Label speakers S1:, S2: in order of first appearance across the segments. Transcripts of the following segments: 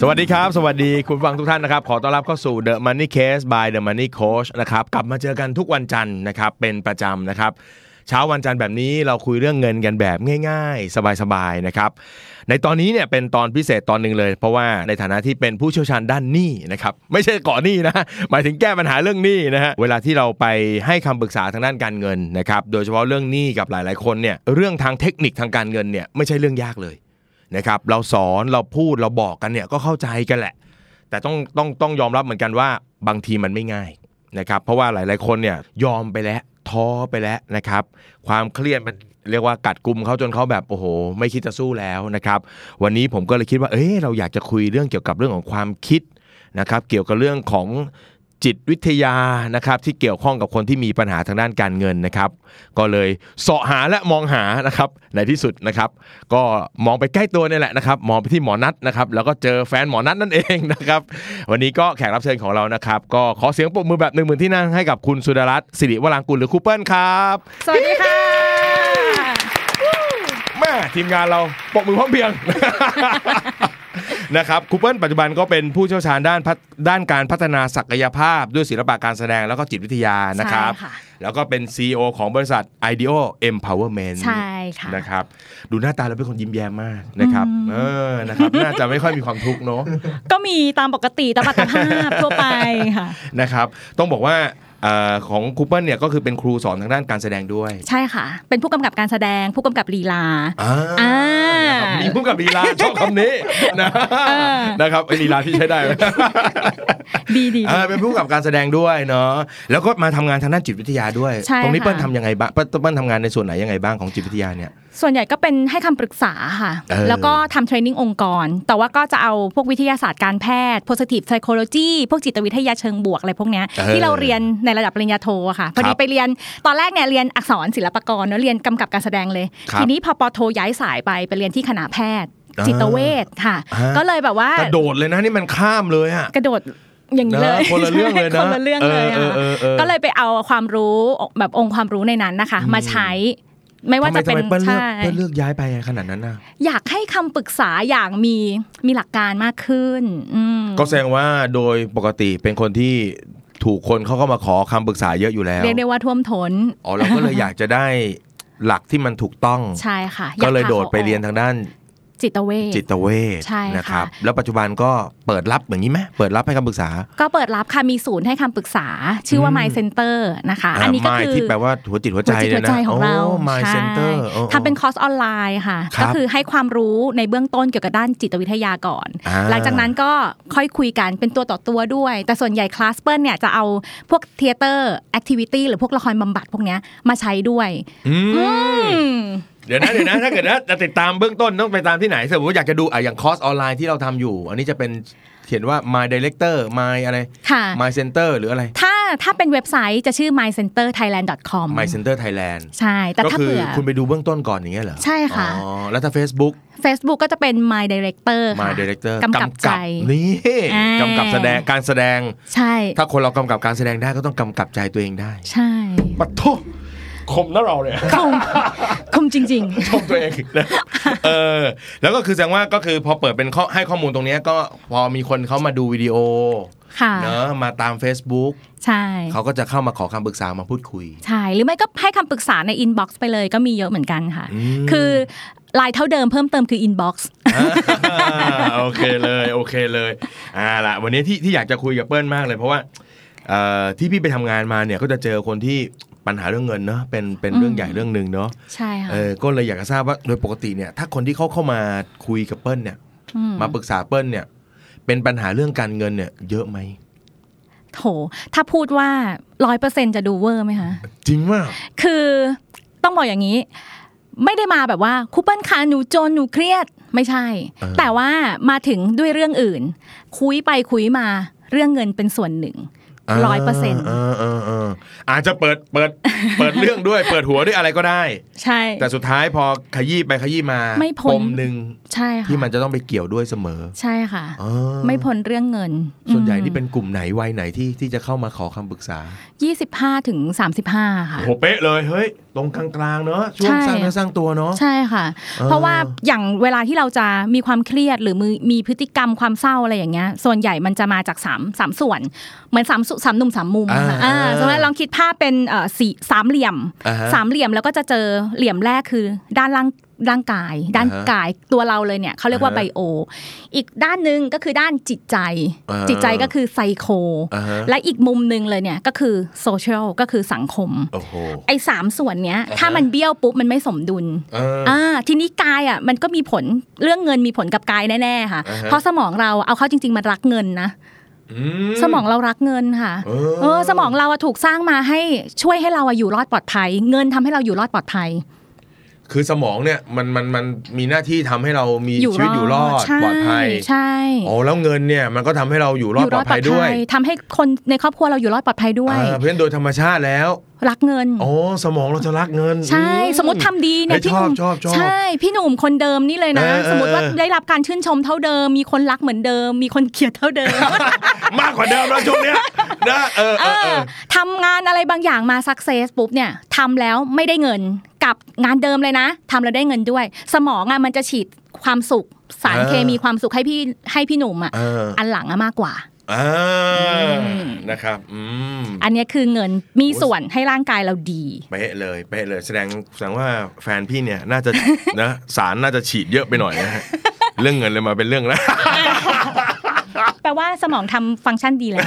S1: สวัสดีครับ สวัสดีคุณผู้ฟังทุกท่านนะครับ ขอต้อนรับเข้าสู่ The Money Case by The Money Coach นะครับ กลับมาเจอกันทุกวันจันทร์นะครับ เป็นประจำนะครับ เช้าวันจันทร์แบบนี้เราคุยเรื่องเงินกันแบบง่าย ๆ สบายๆนะครับ ในตอนนี้เนี่ยเป็นตอนพิเศษตอนหนึ่งเลย เพราะว่าในฐานะที่เป็นผู้เชี่ยวชาญด้านหนี้นะครับ ไม่ใช่ก่อหนี้นะ หมายถึงแก้ปัญหาเรื่องหนี้นะฮะ เวลาที่เราไปให้คำปรึกษาทางด้านการเงินนะครับ โดยเฉพาะเรื่องหนี้กับหลาย ๆ คนเนี่ย เรื่องทางเทคนิคทางการเงินเนี่ยไม่ใช่เรื่องยากเลย นะครับเราสอนเราพูดเราบอกกันเนี่ยก็เข้าใจกันแหละ แต่ต้องต้องต้องยอมรับเหมือนกันว่าบางทีมันไม่ง่ายนะครับเพราะว่าหลาย ๆ คนเนี่ยยอมไปแล้วท้อไปแล้วนะครับ ความเครียดมันเรียกว่ากัดกลุ่มเขาจนเขาแบบโอ้โห ไม่คิดจะสู้แล้วนะครับ วันนี้ผมก็เลยคิดว่าเอ้ยเราอยากจะคุยเรื่องเกี่ยวกับเรื่องของความคิดนะครับ เกี่ยวกับเรื่องของจิตวิทยานะครับที่เกี่ยวข้องกับคนที่มีปัญหาทางด้านการเงินนะครับ ก็เลยเสาะหาและมองหานะครับในที่สุดนะครับ ก็มองไปใกล้ตัวเนี่ยแหละนะครับมองไปที่หมอนัทนะครับแล้วก็เจอแฟนหมอนัทนั่นเองนะครับ วันนี้ก็แขกรับเชิญของเรานะครับ ก็ขอเสียงปรบมือแบบหนึ่งหมื่นที่นั่งให้กับคุณสุดารัตน์สิริวรางกูลหรือครูเปิลครับ
S2: สวัสดีค่ะ
S1: แม่ทีมงานเราปรบมือพร้อมเพรียง นะครับครูเปิลปัจจุบันก็เป็นผู้เชี่ยวชาญด้านพัฒด้านการพัฒนาศักยภาพ ด้วยศิลปะการแสดงแล้วก็จิตวิทยานะครับ
S2: ใช่ค่ะ
S1: แล้วก็เป็น CEO ของบริษัท Ideo Empowerment
S2: ใช่ค่ะ
S1: นะครับดูหน้าตาแล้วเป็นคนยิ้มแย้มมากนะครับเออนะครับน่าจะไม่ค่อยมีความทุกข์เนอะ
S2: ก็มีตามปกติตามอัตภาพทั่วไป ค่ะ
S1: นะครับต้องบอกว่าเออของครูเปิลเนี่ยก็คือเป็นครูสอนทางด้านการแสดงด้วย
S2: ใช่ค่ะ เป็นผู้กำกับการแสดงผู้กำกับลีลา
S1: อ่า
S2: อ่า
S1: นะครับมีพุ่มกับลีลา ชอบคำนี้นะ
S2: อ
S1: นะครับไอ้ลีลาที่ใช้ได้ ไหม
S2: ดีดี
S1: เออเป็นผู้กำกับการแสดงด้วยเนาะแล้วก็มาทำงานทางด้านจิตวิทยาด้วย
S2: ใช่
S1: ตรงนี้
S2: ค่ะ
S1: เปิ้ลทำยังไงบ้างเปิ้ลเปิ้ลทำงานในส่วนไหนยังไงบ้างของจิตวิทยาเนี่ย
S2: ส่วนใหญ่ก็เป็นให้คำปรึกษาค่ะ
S1: เออ
S2: แล้วก็ทำเทรนนิ่งองค์กร แต่ว่าก็จะเอาพวกวิทยาศาสตร์การแพทย์ positive psychology พวกจิตวิทยาเชิงบวกอะไรพวกเนี้ย
S1: เออ
S2: ที่เราเรียนในระดับปริญญาโทอะค่ะพ
S1: ค
S2: อดี
S1: รับ
S2: ไปเรียนตอนแรกเนี่ยเรียนอักษรศิลปากรเนอะเรียนกำกับการแสดงเลย
S1: ครับ
S2: ทีนี้พอปอโทย้ายสายไปไปเรียนที่คณะแพทย์
S1: อ่า
S2: จิตเวชค่ะ
S1: อ่า
S2: ก็เลยแบบว่า
S1: กระโดดเลยนะนี่มันข้ามเลยอะ
S2: กระโดดอย่างนี้เลย
S1: นะคนละเรื่องเลยนะ
S2: คนละเรื่องเลยอะ
S1: เออเออเออเออ
S2: ก็เลยไปเอาความรู้แบบองค์ความรู้ในนั้นนะคะ มาใช้ไม่ว่า
S1: ำไม
S2: จะเป็
S1: ทำ
S2: น
S1: ไมเปิ้ลเลือก
S2: ใช่
S1: เปิ้ลเลือกย้ายไปขนาดนั้นน่ะ
S2: อยากให้คำปรึกษาอย่างมีมีหลักการมากขึ้นอืม
S1: ก็แสดงว่าโดยปกติเป็นคนที่ถูกคนเขาเข้ามาขอคำปรึกษาเยอะอยู่แล้ว
S2: เรียกได้ว่าท่วมท้น
S1: อ๋อเราก็เลยอยากจะได้หลักที่มันถูกต้อง
S2: ใช่ค่ะ
S1: ก็เลยโดดไป
S2: อาขาออ
S1: เรียนทางด้าน
S2: จิตเวช
S1: จิตเวช
S2: ใช่ค่ะ
S1: นะครับ แล้วปัจจุบันก็เปิดรับอย่างนี้ไหมเปิดรับให้คำปรึกษา
S2: ก็เปิดรับค่ะมีศูนย์ให้คำปรึกษา ชื่อว่า
S1: อืม
S2: My Center นะคะ
S1: อ่า
S2: อันนี้ก็
S1: ไม่
S2: คือ
S1: ที่แปลว่าหัวจิตหัวใจ
S2: หัวจิต
S1: เนี่ยว นะ
S2: หัใจของเรา
S1: โอ้ my
S2: ใช่
S1: center โอ้
S2: ทำเป็นคอร์สออนไลน์ค่ะ
S1: ครับ
S2: ก็คือให้ความรู้ในเบื้องต้นเกี่ยวกับด้านจิตวิทยาก่อน
S1: อ่า
S2: หลังจากนั้นก็ค่อยคุยกันเป็นตัวต่อตัวด้วย แต่ส่วนใหญ่คลาสเปิลเนี่ยจะเอาพวกเทเตอร์แอคทิวิตี้หรือพวกละครบำบัดพวกเนี้ยมาใช้ด้วย
S1: อืม
S2: อืม
S1: เดี๋ยวนะเดี๋ยวนะถ้าเกิดนะจะติดตามเบื้องต้นต้องไปตามที่ไหนสมมติว่าอยากจะดูอ่ะอย่างคอร์สออนไลน์ที่เราทำอยู่ อันนี้จะเป็นเขียนว่า my director my อะไร
S2: ค่ะ
S1: my center หรืออะไร
S2: ถ้าถ้าเป็นเว็บไซต์จะชื่อ mycenterthailand.com
S1: my center Thailand
S2: ใช่ แต่
S1: ก็
S2: ถ้า
S1: คือ
S2: เผื่อ
S1: คุณไปดูเบื้องต้นก่อนอย่างเงี้ยเหรอ
S2: ใช่ค่ะ
S1: อ๋อแล้วถ้า Facebook
S2: Facebook ก็จะเป็น my director ค่ะ
S1: มาดีเรคเตอร์
S2: กำกับใจ
S1: นี่
S2: อ่าก
S1: กำกับแสดงการแสดง
S2: ใช่
S1: ถ้าคนเรากำกับการแสดงได้ก็ต้องกำกับใจตัวเองได้
S2: ใช่
S1: ปัดโทษคมนะเราเนี่ย
S2: คมคมจริง
S1: ชมตัวเอง นะเออแล้วก็คือแสดงว่าก็คือพอเปิดเป็นข้อให้ข้อมูลตรงเนี้ยก็พอมีคนเขามาดูวิดีโอ
S2: ๆ ค่ะ
S1: เนอะมาตาม Facebook
S2: ใช่
S1: เขาก็จะเข้ามาขอคำปรึกษามาพูดคุย
S2: ใช่ หรือไม่ก็ให้คำปรึกษาใน inbox ไปเลยก็มีเยอะเหมือนกันค่ะ
S1: อืม
S2: คือไลายเท่าเดิมเพิ่มเติมคือ inbox
S1: อ่าโอเคเลยโอเคเลยอ่าล่ะวันนี้ที่ที่อยากจะคุยกับเปิ้ลมากเลย เพราะว่าเอ่อที่พี่ไปทำงานมาเนี่ยก็จะเจอคนที่ปัญหาเรื่องเงินเนาะเป็นเป็นเรื่องใหญ่เรื่องหนึ่งเนาะ
S2: ใช่ค่ะ
S1: เออก็เลยอยากจะทราบว่าโดยปกติเนี่ยถ้าคนที่เขาเข้ามาคุยกับเปิ้ลเนี่ย
S2: ม
S1: มาปรึกษาเปิ้ลเนี่ยเป็นปัญหาเรื่องการเงินเนี่ยเยอะไหม
S2: โถ ถ้าพูดว่าร้อยเปอร์เซ็นจะดูเวอร์ไหมคะ
S1: จริงว่า
S2: คือต้องบอกอย่างนี้ ไม่ได้มาแบบว่าคูเปิลคะหนูจนหนูเครียดไม่ใช่ แต่ว่ามาถึงด้วยเรื่องอื่น คุยไปคุยมาเรื่องเงินเป็นส่วนหนึ่งร้อยเปอร์เซ็นต์
S1: าาา ออาจจะเปิดเปิด เปิดเรื่องด้วย เปิดหัวด้วยอะไรก็ได้
S2: ใช่
S1: แต่สุดท้ายพอขยี้ไปขยี้มา
S2: ไม่พ้น
S1: ปมหนึ่ง
S2: ใช่ค่ะ
S1: ที่มันจะต้องไปเกี่ยวด้วยเสมอ
S2: ใช่ค่ะ
S1: อ๋อ
S2: ไม่พ้นเรื่องเงิน
S1: ส่วนใหญ่นี่เป็นกลุ่มไหนวัยไหนที่ที่จะเข้ามาขอคำปรึกษา
S2: ยี่สิบห้าถึงสามสิบห้าค่ะ
S1: โหเป๊ะเลยเฮ้ยตรงกลางๆเนอะช่วงส
S2: ใช่
S1: ร้างเนื้อสร้างตัวเนอะ
S2: ใช่ค่ะ
S1: เออ
S2: เพราะว่าอย่างเวลาที่เราจะมีความเครียดหรือมีมีพฤติกรรมความเศร้าอะไรอย่างเงี้ย ส่วนใหญ่มันจะมาจากสามสามส่วน เหมือนสามสุสามหนุ่มสามมุมอะค่ะ
S1: อ่า
S2: อ่าสมมติลองคิดภาพเป็นเอ่อสี่สามเหลี่ยม
S1: อ่าฮะ
S2: สามเหลี่ยมแล้วก็จะเจอเหลี่ยมแรกคือด้านล่างร่างกาย ด้าน
S1: อ่าฮะ
S2: กายตัวเราเลยเนี่ยเขาเรียกว่า
S1: อ่า
S2: ไบ
S1: ฮะ
S2: โอ อีกด้านหนึ่งก็คือด้านจิตใจ
S1: อ่า
S2: จิตใจก็คือไซโค
S1: อ่าฮะ
S2: และอีกมุมหนึ่งเลยเนี่ยก็คือโซเชียลก็คือสังคม
S1: โอ้โห
S2: ไอ้สามส่วนเนี้ย
S1: อ่าฮะ
S2: ถ้ามันเบี้ยวปุ๊บมันไม่สมดุล
S1: เออ
S2: อ่าทีนี้กายอ่ะมันก็มีผลเรื่องเงินมีผลกับกายแน่ๆค่ะ
S1: อ่าฮะ
S2: เพราะสมองเราเอาเข้าจริง ๆ มันรักเงินนะ
S1: ม
S2: สมองเรารักเงินค่ะ
S1: เออ
S2: เออสมองเราอะถูกสร้างมาให้ช่วยให้เราอะอยู่รอดปลอดภัย เงินทำให้เราอยู่รอดปลอดภัย
S1: คือสมองเนี่ยมันมันมันมีหน้าที่ทำให้เรามีชีวิตอยู่รอด
S2: ใช่
S1: ปลอดภัย
S2: ใช่
S1: อ๋อแล้วเงินเนี่ยมันก็ทำให้เราอยู่รอดปลอดภัยด้วย
S2: ทำให้คนในครอบครัวเราอยู่รอดปลอดภัยด้วย
S1: อ่าเพราะฉะนั้นโดยธรรมชาติแล้ว
S2: รักเงิน
S1: อ๋อสมองเราจะรักเงิน
S2: ใช่
S1: อื
S2: สมมติทำดีเนี่ย
S1: เฮ้ย
S2: พี่หนุ่ม
S1: ชอบชอบชอบ
S2: ใช่พี่หนุ่มคนเดิมนี่เลยนะ
S1: เออเออ
S2: สมมติว่าได้รับการชื่นชมเท่าเดิม มีคนรักเหมือนเดิม มีคนเกลียดเท่าเดิม
S1: มากกว่าเดิมแล้วช่วงเนี้ยนะเออเออเออ
S2: ทำงานอะไรบางอย่างมาสักเซสปุ๊บเนี่ยทำแล้วไม่ได้เงินกับงานเดิมเลยนะทำแล้วได้เงินด้วย สมองอะมันจะฉีดความสุข สาร
S1: เออ
S2: เคมีความสุขให้พี่ให้พี่หนุ่มอะ
S1: เออ
S2: อันหลังอะมากกว่า
S1: อ่า
S2: อืม
S1: นะครับอืม
S2: อันเนี้ยคือเงินมีส่วนให้ร่างกายเราดี
S1: เป๊ะเลยเป๊ะเลยแสดงแสดงว่าแฟนพี่เนี่ยน่าจะ นะสารน่าจะฉีดเยอะไปหน่อยนะฮะเรื่องเงินเลยมาเป็นเรื่องแล้ว
S2: แปลว่าสมองทำฟังก์ชันดี แล้ว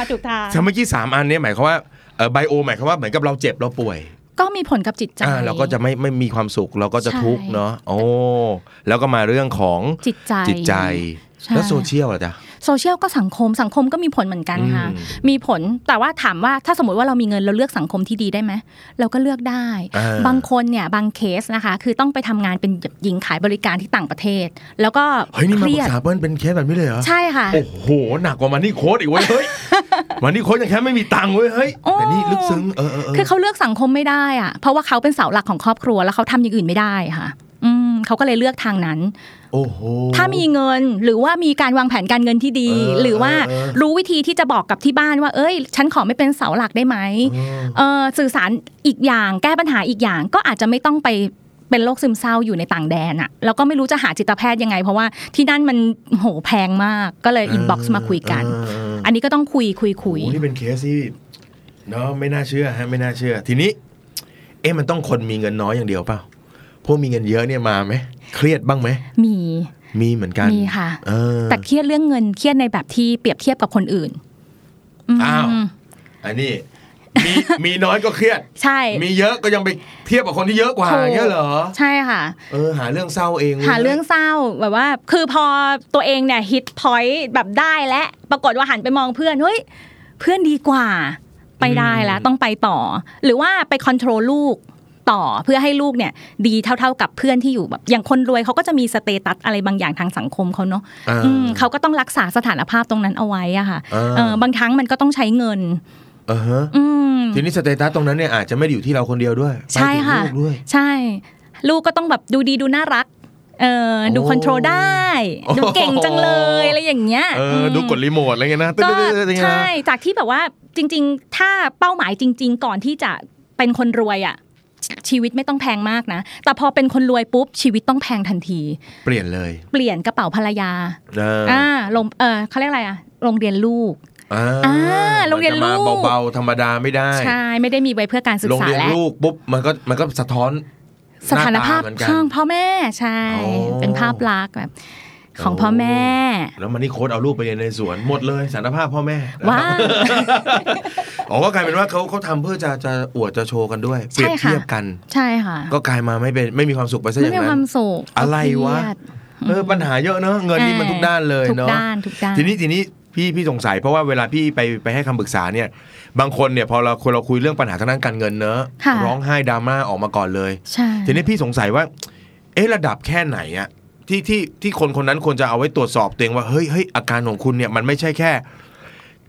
S2: มาถูกทาง
S1: ถ้าเมื่อกี้สามอันเนี้หมายความว่าไบโอ bio หมายความว่าเหมือนกับเราเจ็บเราป่วย
S2: ก็มีผลกับจิตใจ
S1: อ่าเราก็จะไม่ไม่มีความสุขเราก็จะ
S2: ใช่
S1: ทุกข์เนาะโอ้แล้วก็มาเรื่องของ
S2: จิตใจ
S1: จิตใจ
S2: ใช่
S1: แล้วโซเชียลอะจ๊ะ
S2: โซเชียลก็สังคมสังคมก็มีผลเหมือนกันค่ะ
S1: อืม
S2: มีผลแต่ว่าถามว่าถ้าสมมติว่าเรามีเงินเราเลือกสังคมที่ดีได้ไหมเราก็เลือกได้
S1: อ่า
S2: บางคนเนี่ยบางเคสนะคะ คือต้องไปทำงานเป็นหญิงขายบริการที่ต่างประเทศ แล้วก็
S1: เฮ้ยนี่
S2: เค
S1: มาป
S2: รี
S1: รึ
S2: ย
S1: ก
S2: ด
S1: ษาเปิ้ลเป็นเคสแบบนี้เลยเหรอ
S2: ใช่ค่ะ
S1: โอ้โหหนักกว่ามันนี่โค้ดอีกเว้ยเฮ้ย มันนี่โค้ดยังแค่ไม่มีตังค์เว้ยเฮ้ย
S2: โอ้
S1: แต่นี่ลึกซึ้งเออเออเออ
S2: คือเขาเลือกสังคมไม่ได้อะเพราะว่าเขาเป็นเสาหลักของครอบครัวแล้วเขาทำอย่างอื่นไม่ได้ค่ะ อืมเขาก็เลยเลือกทางนั้น
S1: โอ้โห
S2: ถ้ามีเงินหรือว่ามีการวางแผนการเงินที่ดี
S1: เออ
S2: หรือว่า
S1: เออเออ
S2: รู้วิธีที่จะบอกกับที่บ้านว่า เอ้ย ฉันขอไม่เป็นเสาหลักได้ไหม
S1: เออ
S2: เออสื่อสารอีกอย่างแก้ปัญหาอีกอย่างก็อาจจะไม่ต้องไปเป็นโรคซึมเศร้าอยู่ในต่างแดนอะแล้วก็ไม่รู้จะหาจิตแพทย์ยังไง เพราะว่าที่นั่นมันโหแพงมากก็เลยอินบ็อกซ์มาคุยกัน
S1: เออเออ
S2: อันนี้ก็ต้องคุยคุยคุย
S1: โอ้นี่เป็นเคสที่เนาะไม่น่าเชื่อฮะไม่น่าเชื่อ ทีนี้ เอ๊ะมันต้องคนมีเงินน้อยอย่างเดียวเปล่าพวกมีเงินเยอะเนี่ยมาไหมเครียดบ้างไหม
S2: มี
S1: มีเหมือนกัน
S2: มีค่ะ
S1: เออ
S2: แต่เครียดเรื่องเงินเครียดในแบบที่เปรียบเทียบกับคนอื่นม
S1: อ้าว อันนี้มีมีน้อยก็เค รียด
S2: ใช่
S1: มีเยอะก็ยังไปเทียบกับคนที่เยอะกว่าอย่างเงี้ยเหรอ
S2: ใช่ค่ะ
S1: เออหาเรื่องเศร้าเองว้ย
S2: หาเรื่องเศร้าแบบว่า คือพอตัวเองเนี่ยฮิตพอยต์แบบได้และปรากฏว่าหันไปมองเพื่อนเฮ้ยเพื่อนดีกว่า ไปได้แล้วต้องไปต่อ หรือว่าไปคอนโทรลลูกต่อเพื่อให้ลูกเนี่ย ดีเท่า ๆกับเพื่อนที่อยู่แบบอย่างคนรวยเขาก็จะมีสเตตัสอะไรบางอย่างทางสังคมเขาเนาะ
S1: อ่า
S2: อืมเขาก็ต้องรักษาสถานภาพตรงนั้นเอาไว้อะค่ะ
S1: อ่า
S2: เออบางครั้งมันก็ต้องใช้เงิน
S1: เออฮะ
S2: อืม
S1: ทีนี้สเตตัสตรงนั้นเนี่ยอาจจะไม่ได้อยู่ที่เราคนเดียวด้วย
S2: ใช่ค่ะ
S1: ไปถึงลูกด้วย
S2: ใช่ ลูกก็ต้องแบบดูดีดูน่ารัก เออดู
S1: โอ้
S2: คอนโทรลได้
S1: โอ้
S2: ดูเก่งจังเลยอะไรอย่างเงี้ย
S1: เออ
S2: ม
S1: ดูกดรีโมทอะไรเงี้ยนะ
S2: ก็
S1: ตึ๊ดๆๆอย่างเงี้ยนะ
S2: ใช่จากที่แบบว่าจริง ๆ ถ้าเป้าหมายจริง ๆ ก่อนที่จะเป็นคนรวยอ่ะชชีวิตไม่ต้องแพงมากนะ แต่พอเป็นคนรวยปุ๊บชีวิตต้องแพงทันที
S1: เปลี่ยนเลย
S2: เปลี่ยนกระเป๋าภรรยา
S1: เออ
S2: อ่าลงเออเขาเรียกอะไรอ่ะโรงเรียนลูก
S1: อ่า
S2: อ่าโรงเรียนลู
S1: มัจะ
S2: ก
S1: มาเบาๆธรรมดาไม่ได้
S2: ใช่ไม่ได้มีไว้เพื่อการศึก
S1: โรง
S2: ษา
S1: เรียน
S2: และ
S1: ลูกปุ๊บมันก็มันก็สะท้อน
S2: สถานภาพ
S1: หน้าตาเหมือนกัน
S2: ข้างพ่อแม่ใช่
S1: อ๋อ
S2: เป็นภาพลักษณ์แบบของพ่อแม่
S1: แล้วมันนี่โค้ดเอาลูกไปเรียนในสวนหมดเลยสารภาพพ่อแม่นะครับ
S2: ว้าว
S1: อ๋อก็กลายเป็นว่าเขาเขาทำเพื่อจะจะอวดจะโชว์กันด้วยเป
S2: ใช่
S1: รียบเที
S2: ค่ะ
S1: ยบกัน
S2: ใช่ค่ะ
S1: ก็กลายมาไม่เป็นไม่มีความสุขไปซะอ
S2: ไม่
S1: ย่าง
S2: มีค
S1: นั้
S2: วาน มสุข
S1: อะไรวะ
S2: เครียด
S1: เออปัญหาเยอะเนอะเงินนี่มันทุกด้านเลย
S2: ทุก
S1: เนาะ
S2: ด้านทุกด้าน
S1: ทีนี้ทีนี้พี่พี่สงสัยเพราะว่าเวลาพี่ไปไปให้คำปรึกษาเนี่ย บางคนเนี่ยพอเราคนเราคุยเรื่องปัญหาทางด้านการเงินเนอะ
S2: ค่ะ
S1: ร้องไห้ดราม่าออกมาก่อนเลย
S2: ใช่
S1: ทีนี้พี่สงสัยว่า เอ๊ะระดับแค่ไหนอะที่ที่ที่คนคนนั้นควรจะเอาไว้ตรวจสอบตัวเองว่าเฮ้ยเฮ้ยอาการของคุณเนี่ยมันไม่ใช่แค่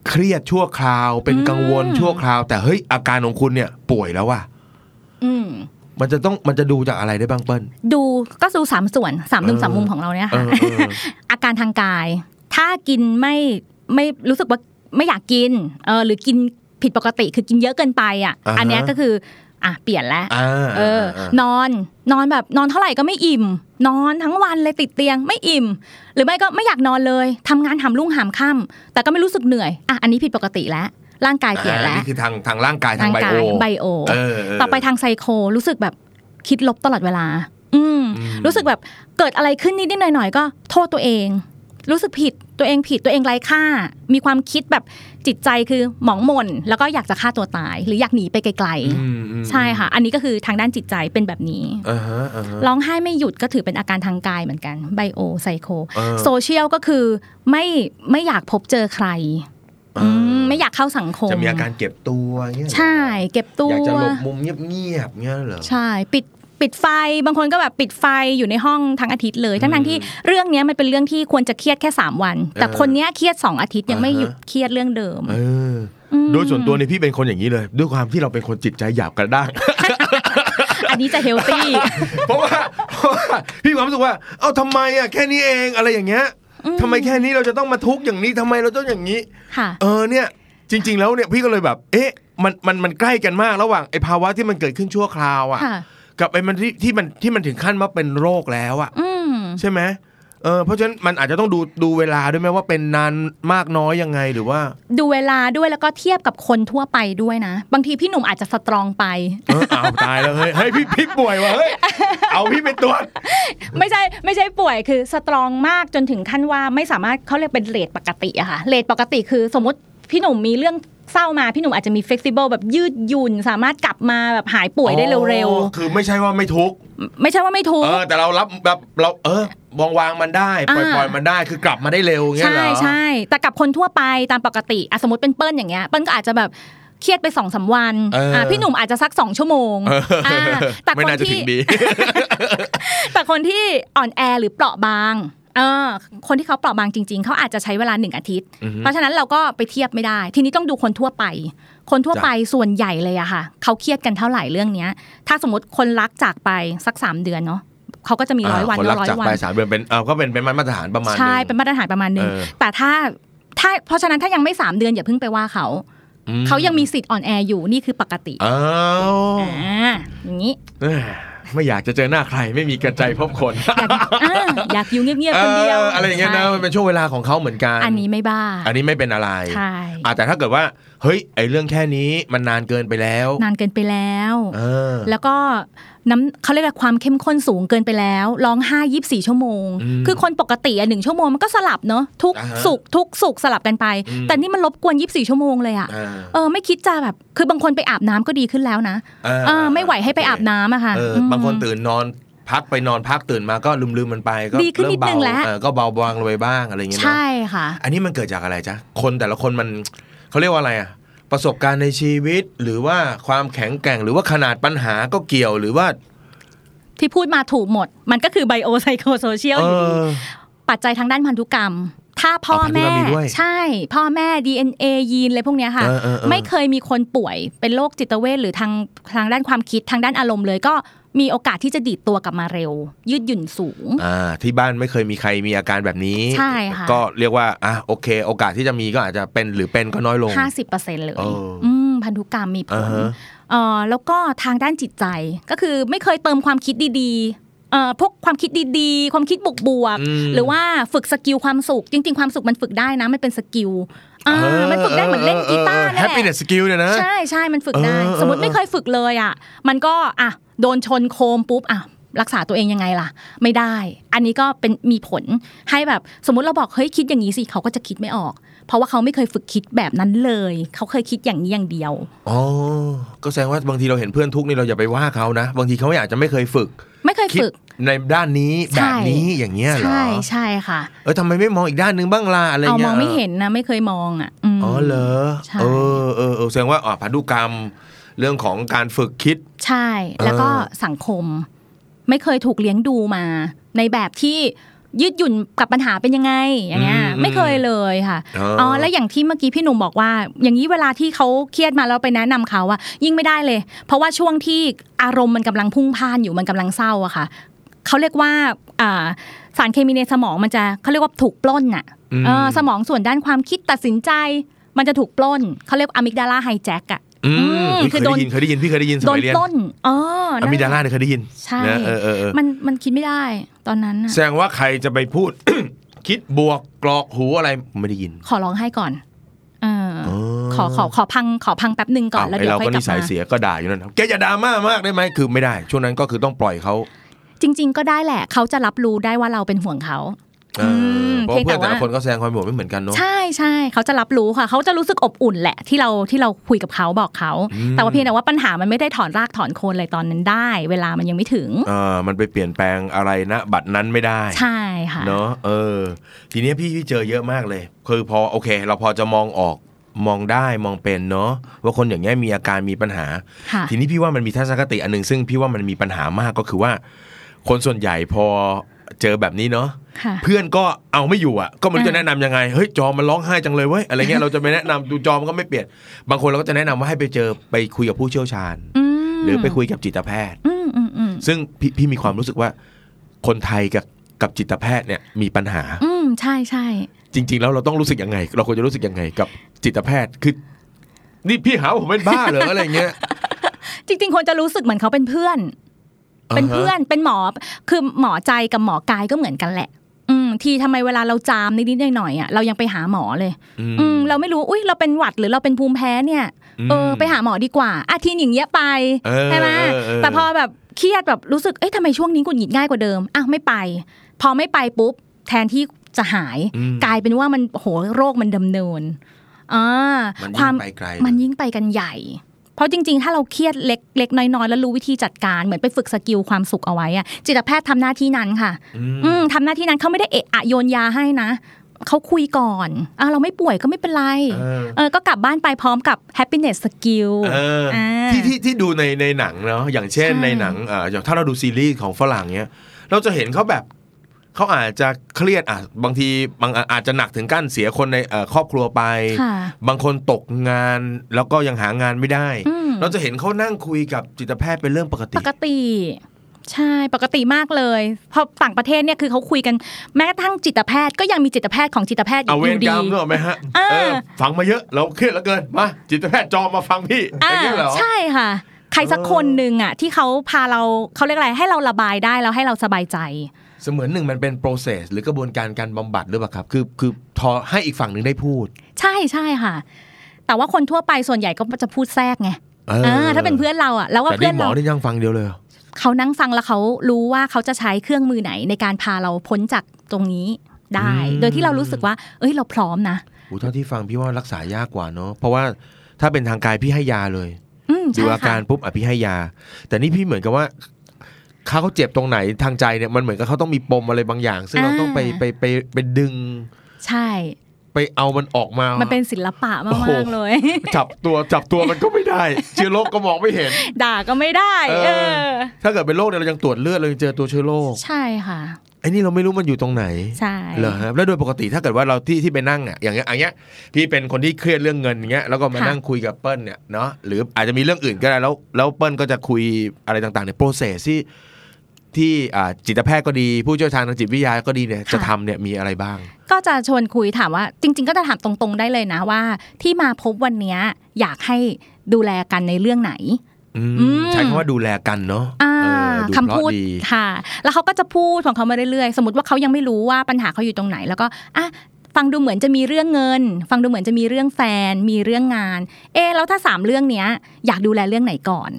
S1: เครียดชั่วคราว เป็นกังวลชั่วคราว แต่เฮ้ยอาการของคุณเนี่ยป่วยแล้วว่ะ
S2: อืม
S1: มันจะต้องมันจะดูจากอะไรได้บ้างเปิ้ล
S2: ดูก็ดูสามส่วนสามมุม
S1: เออ
S2: สามมุมของเราเนี่ยค่ะ
S1: เออเออ
S2: อาการทางกาย ถ้ากินไม่ไม่รู้สึกว่าไม่อยากกินเออหรือกินผิดปกติคือกินเยอะเกินไปอ่ะ
S1: อ่าฮะ
S2: อันเนี้ยก็คืออ่ะเปลี่ยนแล้ว
S1: อ่า
S2: เออ
S1: าน
S2: อนนอนแบบนอนเท่าไหร่ก็ไม่อิ่ม นอนทั้งวันเลยติดเตียงไม่อิ่ม หรือไม่ก็ไม่อยากนอนเลยทำงานหามรุ่งหามค่ำแต่ก็ไม่รู้สึกเหนื่อยอ่ะอันนี้ผิดปกติแล้วร่างกายเปลี่ยน
S1: อ่า
S2: แล้ว
S1: นี่คือทางทางร่างกายทางไบ
S2: กา
S1: โอย
S2: ไบโอ
S1: เอเ
S2: ต่อไปทางไซโครู้สึกแบบคิดลบตลอดเวลา อืม
S1: อืม
S2: รู้สึกแบบเกิดอะไรขึ้นนิดนิดหน่อยหน่อยๆ ก็โทษตัวเอง รู้สึกผิดตัวเองผิดตัวเองไร้ค่า มีความคิดแบบจิตใจคือหมองหม่นแล้วก็อยากจะฆ่าตัวตาย หรืออยากหนีไปไกล
S1: อืมอืม
S2: ๆ ใช่ค่ะ อันนี้ก็คือทางด้านจิตใจเป็นแบบนี้
S1: อ่าฮะอ่าฮะ
S2: ร้องไห้ไม่หยุดก็ถือเป็นอาการทางกายเหมือนกันไบโอไซโค
S1: เออ
S2: โซเชียลก็คือไม่ไม่อยากพบเจอใครอืมไม่อยากเข้าสังคม
S1: จะมีอาการเก็บตัวเงี้ยเหรอ
S2: ใช่เก็บตัว
S1: อยากจะหลบมุมเงียบๆเงี้ยเหรอ
S2: ใช่ปิดปิดไฟบางคนก็แบบปิดไฟอยู่ในห้องทั้งอาทิตย์เลยทั้งทที่เรื่องเนี้ยมันเป็นเรื่องที่ควรจะเครียดแค่ 3 วัน แต่
S1: เออ
S2: คนเนี้ยเครียด 2 อาทิตย์ยังไม่
S1: อ่าฮะ
S2: หยุดเครียดเรื่องเดิม
S1: เอออโดยส่วนตัวเนี่ยพี่เป็นคนอย่างนี้เลย ด้วยความที่เราเป็นคนจิตใจหยาบกระด้าง
S2: อันนี้จะเฮลตี้
S1: เพราะว่าเพราะว่าพี่มีความรู้สึกว่า เอ้าทำไมอ่ะแค่นี้เองอะไรอย่างเงี้ยทำไมแค่นี้เราจะต้องมาทุกข์อย่างนี้ทำไมเราต้องอย่างนี้
S2: ค่ะ
S1: เออเนี่ย จริง ๆ แล้วเนี่ยพี่ก็เลยแบบ เอ๊ะมันมันมันใกล้กันมากระหว่างไอ้ภาวะที่มันเกิดขึ้นชั่วคราวอ่ะ
S2: ค่ะ
S1: กับไอ้มันที่ที่มันที่มันถึงขั้นมาเป็นโรคแล้วอ่ะ
S2: อืม
S1: ใช่ไหมเออเพราะฉะนั้นมันอาจจะต้องดูดูเวลาด้วยไหมว่าเป็นนานมากน้อยยังไงหรือว่า
S2: ดูเวลาด้วยแล้วก็เทียบกับคนทั่วไปด้วยนะ บางทีพี่หนุ่มอาจจะสตรองไป
S1: เออเอาตายแล้วเฮ้ยเฮ้ยพี่พี่ป่วยว่ะเฮ้ยเอาพี่ไปตรวจ
S2: ไม่ใช่ไม่ใช่ป่วยคือสตรองมากจนถึงขั้นว่าไม่สามารถเขาเรียกเป็นเลทปกติอะค่ะเลทปกติคือสมมติพี่หนุ่มมีเรื่องเศร้ามาพี่หนุ่มอาจจะมีเฟกซิเบิลแบบยืดหยุ่น สามารถกลับมาแบบหายป่วยได้เร็ว
S1: อ๋อคือไม่ใช่ว่าไม่ทุกข์
S2: ๆ ไม่ใช่ว่าไม่ทุก
S1: เอ
S2: ข์
S1: อ แต่เรารับแบบเราเออวางวางมันได้ ปล่อย
S2: อ่า
S1: ปล่อยมันได้คือกลับมาได้เร็วเงี้ย
S2: ใช่
S1: เหรอ
S2: ใช่แต่กับคนทั่วไปตามปกติอะสมมติเป็นเปิ้ลอย่างเงี้ยเปิ้ลก็อาจจะแบบเครียดไปสองสามวันอ่ะพี่หนุ่มอาจจะสักสองชั่วโมงอ่าแต่
S1: ไม่
S2: คน
S1: น่าจะถึ
S2: ที่
S1: งดี
S2: แต่คนที่อ่อนแอหรือเปราะบางเออคนที่เขาเปราะบางจริง ๆ เขาอาจจะใช้เวลาหนึ่งอาทิตย์ เพราะฉะนั้นเราก็ไปเทียบไม่ได้ ทีนี้ต้องดูคนทั่วไป คนทั่วไปส่วนใหญ่เลยอะค่ะ เขาเครียดกันเท่าไหร่เรื่องเนี้ย ถ้าสมมติคนรักจากไปสักสามเดือนเนาะเขาก็จะมีร้อยวัน
S1: คนรัก
S2: ร้อย
S1: จาก
S2: วั
S1: ไป
S2: น
S1: สามเดือนเป็นเอาก็เป็นเป็นมาตรฐานประมาณหนึง
S2: ใช่ เป็นมาตรฐานประมาณนึง
S1: เออ
S2: แต่ถ้าถ้าเพราะฉะนั้นถ้ายังไม่สามเดือนอย่าเพิ่งไปว่าเขา
S1: อืม
S2: เขายังมีสิทธิ์อ่อนแออยู่นี่คือปกติ
S1: อ้าว
S2: อ่าอย่างนี้
S1: เอ้ยไม่อยากจะเจอหน้าใครไม่มีกระใจพบคน
S2: อ่าอยากอยู่เงียบๆคนเดียว
S1: อออะไรอย่างเงี้ยนะมันเป็นช่วงเวลาของเขาเหมือนกัน
S2: อันนี้ไม่บ้า
S1: อันนี้ไม่เป็นอะไร
S2: ใช่
S1: อ่ะแต่ถ้าเกิดว่าเฮ้ยไอ้เรื่องแค่นี้มันนานเกินไปแล้ว
S2: นานเกินไปแล้ว
S1: เออ
S2: แล้วก็น้ำเขาเรียกว่าความเข้มข้นสูงเกินไปแล้วร้องไห้ยีิบสี่ชั่วโมง
S1: อืม
S2: คือคนปกติอ่ะหนึ่งชั่วโมงมันก็สลับเนาะทุก
S1: อ่าฮะ
S2: สุขทุกสุขสลับกันไป
S1: อืม
S2: แต่นี่มันรบกวนยีิบสี่ชั่วโมงเลยอ่ะ
S1: อ่า
S2: เออไม่คิดจะแบบคือบางคนไปอาบน้ำก็ดีขึ้นแล้วนะ
S1: เออ
S2: เออไม่ไหวให้ไปอาบน้ำอะค่ะ
S1: เออ
S2: ม
S1: บางคนตื่นนอนพักไปนอนพักตื่นมาก็ลืมลืมๆมันไปก็
S2: ดีขึ้นนิดนึงแล้ว
S1: เริ่มเบาเออก็เบาบางลงไปบ้างอะไรอย่างเงี้ยเนอะ
S2: ใช่ค่ะ
S1: อันนี้มันเกิดจากอะไรจ๊ะ คนแต่ละคนมันเขาเรียกว่าอะไรอะประสบการณ์ในชีวิตหรือว่าความแข็งแกร่งหรือว่าขนาดปัญหาก็เกี่ยวหรือว่า
S2: ที่พูดมาถูกหมด มันก็คือไบโอไซโคโซเชียล
S1: เอ
S2: อยู่ดี
S1: อ
S2: ปัจจัยทางด้านพันธุกรรม ถ้าพ่อแม่
S1: เอาพันธุกรรมมีด้วย
S2: ใช่ พ่อแม่ DNA ยีนอะไรพวกเนี้ยค่ะ
S1: เออเออเออ
S2: ไม่เคยมีคนป่วยเป็นโรคจิตเวชหรือทางทางด้านความคิดทางด้านอารมณ์เลยก็มีโอกาสที่จะดีดตัวกลับมาเร็ว ยืดหยุ่นสูง
S1: อ่าที่บ้านไม่เคยมีใครมีอาการแบบนี้
S2: ใช่ค่ะ
S1: ก็เรียกว่าอ่ะโอเค โอกาสที่จะมีก็อาจจะเป็นหรือเป็นก็น้อยลง
S2: 50%เลย
S1: เอออื
S2: มพันธุกรรมมีผ
S1: อ่า
S2: ล
S1: ฮะ
S2: เอ่อแล้วก็ทางด้านจิตใจก็คือไม่เคยเติมความคิดดีๆเอ่อพวกความคิดดีๆ ความคิดบวกๆ
S1: ม
S2: หรือว่าฝึกสกิลความสุข จริง ๆ ความสุขมันฝึกได้นะ มันเป็นสกิลอ่า
S1: เออ
S2: มันฝึกได้เหมือนเล่นกีตาร์
S1: เออเออ
S2: นั่นแหละ
S1: happiness skill เนี่ยนะ
S2: ใช่ใช่มันฝึกได้
S1: เออเออ
S2: สมมติไม่เคยฝึกเลยอ่ะ มันก็อ่ะโดนชนโคมปุ๊บอ่ะรักษาตัวเองยังไงล่ะ ไม่ได้ อันนี้ก็เป็นมีผลให้แบบสมมติเราบอกเฮ้ยคิดอย่างนี้สิเขาก็จะคิดไม่ออก เพราะว่าเขาไม่เคยฝึกคิดแบบนั้นเลย เขาเคยคิดอย่างนี้อย่างเดียว
S1: อ๋อ ก็แสดงว่าบางทีเราเห็นเพื่อนทุกข์นี่เราอย่าไปว่าเขานะ บางทีเขาอาจจะไม่เคยฝึก
S2: ไม่เคย
S1: คิด
S2: ฝึก
S1: ในด้านนี้
S2: ใช่
S1: แบบนี้อย่างเงี้ยเหรอ
S2: ใช่ใช่ค่ะ
S1: เออทำไมไม่มองอีกด้านหนึงบ้างล่ะอะไร
S2: เอาม
S1: เงี้ย
S2: องไม่เห็นนะ ไม่เคยมองอ่ะม
S1: อ๋อเหรอ
S2: ใช่
S1: เออเออเออแสดงว่าอ๋อพันธุกรรม เรื่องของการฝึกคิด
S2: ใช่แล้วก็
S1: เออ
S2: สังคมไม่เคยถูกเลี้ยงดูมา ในแบบที่ ยืดหยุ่นกับปัญหาเป็นยังไงอย่างเงี้ย
S1: อืม
S2: ไม่เคยเลยค่ะ
S1: อ๋ออ๋
S2: อ๋อแล้วอย่างที่เมื่อกี้พี่หนุ่มบอกว่า อย่างนี้เวลาที่เขาเครียดมาแล้วไปแนะนำเขาอะยิ่งไม่ได้เลย เพราะว่าช่วงที่อารมณ์มันกำลังพุ่งพ่านอยู่มันกำลังเศร้าอะค่ะเขาเรียกว่าอ่าสารเคมีในสมองมันจะเขาเรียกว่าถูกปล้นน่ะ
S1: อืม
S2: เออสมองส่วนด้านความคิดตัดสินใจ มันจะถูกปล้นเขาเรียกอะมิกดาลาไฮแจ็คอะ
S1: อืม
S2: อืม
S1: เฮ้ยเค
S2: คื
S1: ย
S2: อ
S1: ได้
S2: โดน
S1: ยินเคยได้ยินพี่เคยได้ยินส
S2: โด
S1: มัน ยเรียน
S2: ปล้นอ๋อ
S1: อะ
S2: นั่น
S1: มิดาล่าเนี่ยเคยได้ยิน
S2: ใช่
S1: นะเออเออเออ
S2: มันมันคิดไม่ได้ตอนนั้นน่ะ
S1: แสดงว่าใครจะไปพูด คิดบวกกรอกหูอะไรไม่ได้ยิน
S2: ขอร้องไห้ก่อนเอออ
S1: อ
S2: ขอขอขอพังขอพังแป๊บหนึ่งก่อน
S1: ว
S2: แล้ว
S1: ไอ้
S2: เดี๋ยว
S1: เรา
S2: ค่อ
S1: ก็
S2: ยก
S1: นิ
S2: ลับ
S1: สัย
S2: มา
S1: เสียก็ด่าอยู่นั่นแกอย่าด่ามากมากได้ไหมคือไม่ได้ ช่วงนั้นก็คือต้องปล่อยเขา
S2: จริง ๆ ก็ได้แหละ เขาจะรับรู้ได้ว่าเราเป็นห่วงเขา
S1: เอออ
S2: ม
S1: เพราะ
S2: เพียง
S1: เพื่
S2: แต่
S1: อนแต่ละ
S2: ว่า
S1: คนก็แสดงความเห็นไม่เหมือนกันเนาะ
S2: ใช่ใช่เขาจะรับรู้ค่ะ เขาจะรู้สึกอบอุ่นแหละที่เราที่เราคุยกับเขาบอกเขา
S1: อืม
S2: แต่ว่าเพียงแต่ว่าปัญหามันไม่ได้ถอนรากถอนโคนอะไรตอนนั้นได้ เวลามันยังไม่ถึง
S1: เออมันไปเปลี่ยนแปลงอะไรนะบัตรนั้นไม่ได้
S2: ใช่ค่ะ
S1: เนาะเออ ทีเนี้ยพี่พี่เจอเยอะมากเลย คือพอโอเค เราพอจะมองออกมองได้มองเป็นเนาะว่าคนอย่างเงี้ยมีอาการมีปัญหา
S2: ค่ะ
S1: ทีนี้พี่ว่ามันมีทัศนคติอันหนึงซึ่งพี่ว่ามันมีปัญหามากก็คือว่า คนส่วนใหญ่พอเจอแบบนี้เนาะ
S2: ค่ะ
S1: เพื่อนก็เอาไม่อยู่อ่ะ ก็ไมันจะ
S2: อ่า
S1: แนะนำยังไงเฮ้ยจอมมันร้องไห้จังเลยเว้ยอะไรเงี้ยเราจะไม่แนะนำดูจอมก็ไม่เปลี่ยนบางคนเราก็จะแนะนำว่าให้ไปเจอไปคุยกับผู้เชี่ยวชาญ
S2: อืม
S1: หรือไปคุยกับจิตแพทย์
S2: อืมอืมอืม
S1: ซึ่งพี่พี่มีความรู้สึกว่า คนไทยกับกับจิตแพทย์เนี่ยมีปัญหา
S2: อืมใช่ใช่
S1: จริง ๆ แล้วเราต้องรู้สึกยังไง เราควรจะรู้สึกยังไงกับจิตแพทย์คือนี่พี่หาว่าผมเป็นบ้าเหรออะไรเงี้ย
S2: จริงๆควรจะรู้สึกเหมือนเขาเป็นเพื่อน เป็นเพื่อนเป็นหมอคือหมอใจกับหมอกายก็เหมือนกันแหละ อืมทีทำไมเวลาเราจามนิดๆหน่อยๆอ่ะเรายังไปหาหมอเลย
S1: อืม
S2: อืมเราไม่รู้อุ้ยเราเป็นหวัดหรือเราเป็นภูมิแพ้เนี่ยเออไปหาหมอดีกว่าอาทีนอย่างเงี้ยไป
S1: เออ
S2: ใช่ไหม
S1: เออเออ
S2: แต่พอแบบเครียดแบบรู้สึกเอ๊ะทำไมช่วงนี้กุดหงิดง่ายกว่าเดิมอ้าวไม่ไป พอไม่ไปปุ๊บ แทนที่จะหาย
S1: อืม
S2: กลายเป็นว่ามันโหโรคมันดำเนินอ่า
S1: มัน
S2: ค
S1: ยิ่
S2: วาม
S1: งไปไกล
S2: มันยิ่งไปกันใหญ่ เพราะจริงๆ ถ้าเราเครียดเล็กเล็กน้อยๆ แล้วรู้วิธีจัดการ เหมือนไปฝึกสกิลความสุขเอาไว้อะจิตแพทย์ทำหน้าที่นั้นค่ะ
S1: อืม
S2: อืมทำหน้าที่นั้นเขาไม่ได้เอะอะโยนยาให้นะ เขาคุยก่อนอ่ะเราไม่ป่วยก็ไม่เป็นไร
S1: เออ
S2: เออ ก็กลับบ้านไปพร้อมกับ happiness skill
S1: เออ
S2: อ่า
S1: ที่ที่ที่ดูในในหนังเนาะอย่างเช่น
S2: ใช่
S1: ในหนังเอ่ออย่างถ้าเราดูซีรีส์ของฝรั่งเนี้ย เราจะเห็นเขาแบบเขาอาจจะเครียดอ่ะบางทีบางอาจจะหนักถึงกั้นเสียคนในเอ่อครอบครัวไป
S2: ค่ะ
S1: บางคนตกงานแล้วก็ยังหางานไม่ได้
S2: อืม
S1: เราจะเห็นเขานั่งคุยกับจิตแพทย์เป็นเรื่องปกติ
S2: ปกติ ใช่ปกติมากเลยเพราะต่างประเทศเนี่ยคือเขาคุยกันแม้กระทั่งจิตแพทย์ก็ยังมีจิตแพทย์ของจิตแพทย์อ
S1: เอา
S2: ยู่
S1: เวร
S2: ดี
S1: กรรมนึกออกไหมฮะ
S2: เออ
S1: เออฟังมาเยอะ เราเครียดเหลือเกิน มา จิตแพทย์จอมมาฟังพี่อ
S2: อ่า
S1: ย่างนี้เหรอ
S2: ใช่ค่ะ ใครสักคนหนึ่งอ่ะที่เขาพาเราเขาเรียกอะไรให้เราระบายได้แล้วให้เราสบายใจ
S1: เสมือนหนึ่งมันเป็น process หรือกระบวนการการบำบัดหรือเปล่าครับ คือคือทอให้อีกฝั่งหนึ่งได้พูด
S2: ใช่ใช่ค่ะ แต่ว่าคนทั่วไปส่วนใหญ่ก็จะพูดแทรกไง
S1: เออ
S2: อ่าถ้าเป็นเพื่อนเราอ่ะแล้วว่า
S1: แต่
S2: เพื่อ
S1: นี่
S2: น
S1: หมอ
S2: เรา
S1: นี่ยังฟังเดียวเลยเหรอ
S2: เขานั่งฟังแล้วเขารู้ว่าเขาจะใช้เครื่องมือไหนในการพาเราพ้นจากตรงนี้ได้ โดยที่เรารู้สึกว่า เอ้ยเราพร้อมนะ
S1: อูเท่าที่ฟังพี่ว่ารักษายากกว่าเนาะเพราะว่าถ้าเป็นทางกายพี่ให้ยาเลย
S2: อืม
S1: ดู
S2: ใช่
S1: อา
S2: ค่ะ
S1: การปุ๊บอ่ะพี่ให้ยา แต่นี่พี่เหมือนกับว่าเขาเขาเจ็บตรงไหนทางใจเนี่ยมันเหมือนกับเขาต้องมีปมอะไรบางอย่าง ซึ่งเราต้องไปไปไปไปดึง
S2: ใช่
S1: ไปเอามันออกมา
S2: มันเป็นศิลปะ
S1: โอ้โห
S2: มากๆเลย
S1: จับตัวจับตัวมันก็ไม่ได้ เชื้อโรคก็มองไม่เห็น
S2: ด่าก็ไม่ได้
S1: เอ
S2: เอ
S1: อ
S2: อ
S1: ถ้าเกิดเป็นโรคเนี่ยเรายังตรวจเลือดเรายังเจอตัวเชื้อโรค
S2: ใช่ค่ะ
S1: ไอ้นี่เราไม่รู้มันอยู่ตรงไหน
S2: ใช่
S1: เหรอฮะแล้วโดยปกติถ้าเกิดว่าเราที่ที่ไปนั่งอ่ะอย่างเงี้ยอย่างเงี้ยพี่เป็นคนที่เครียดเรื่องเงินอย่างเงี้ยแล้วก็มา
S2: ค่ะ
S1: นั่งคุยกับเปิ้ลเนี่ยเนาะหรืออาจจะมีเรื่องอื่นก็ได้แล้วแล้วเปิ้ลก็จะคุยอะไรต่างๆเนี่ยโปรเซสที่ที่อ่าจิตแพทย์ก็ดีผู้เชี่ยวชาญทางจิตวิทยาก็ดีเนี่ยจะทำเนี่ยมีอะไรบ้าง
S2: ก็จะชวนคุยถามว่าจริง ๆ ก็จะถามตรงๆได้เลยนะว่า ที่มาพบวันเนี้ยอยากให้ดูแลกันในเรื่องไหน
S1: อืม
S2: อืม
S1: ใช้คำว่าดูแลกันเนาะ
S2: อ่า
S1: เออดู
S2: คำ
S1: เพราะ
S2: พูด
S1: ดี
S2: ค่ะ แล้วเขาก็จะพูดของเขามาเรื่อยๆ สมมติว่าเขายังไม่รู้ว่าปัญหาเขาอยู่ตรงไหน แล้วก็อ่ะฟังดูเหมือนจะมีเรื่องเงิน ฟังดูเหมือนจะมีเรื่องแฟน มีเรื่องงาน เอะแล้วถ้าสามเรื่องเนี้ย อยากดูแลเรื่องไหนก่อน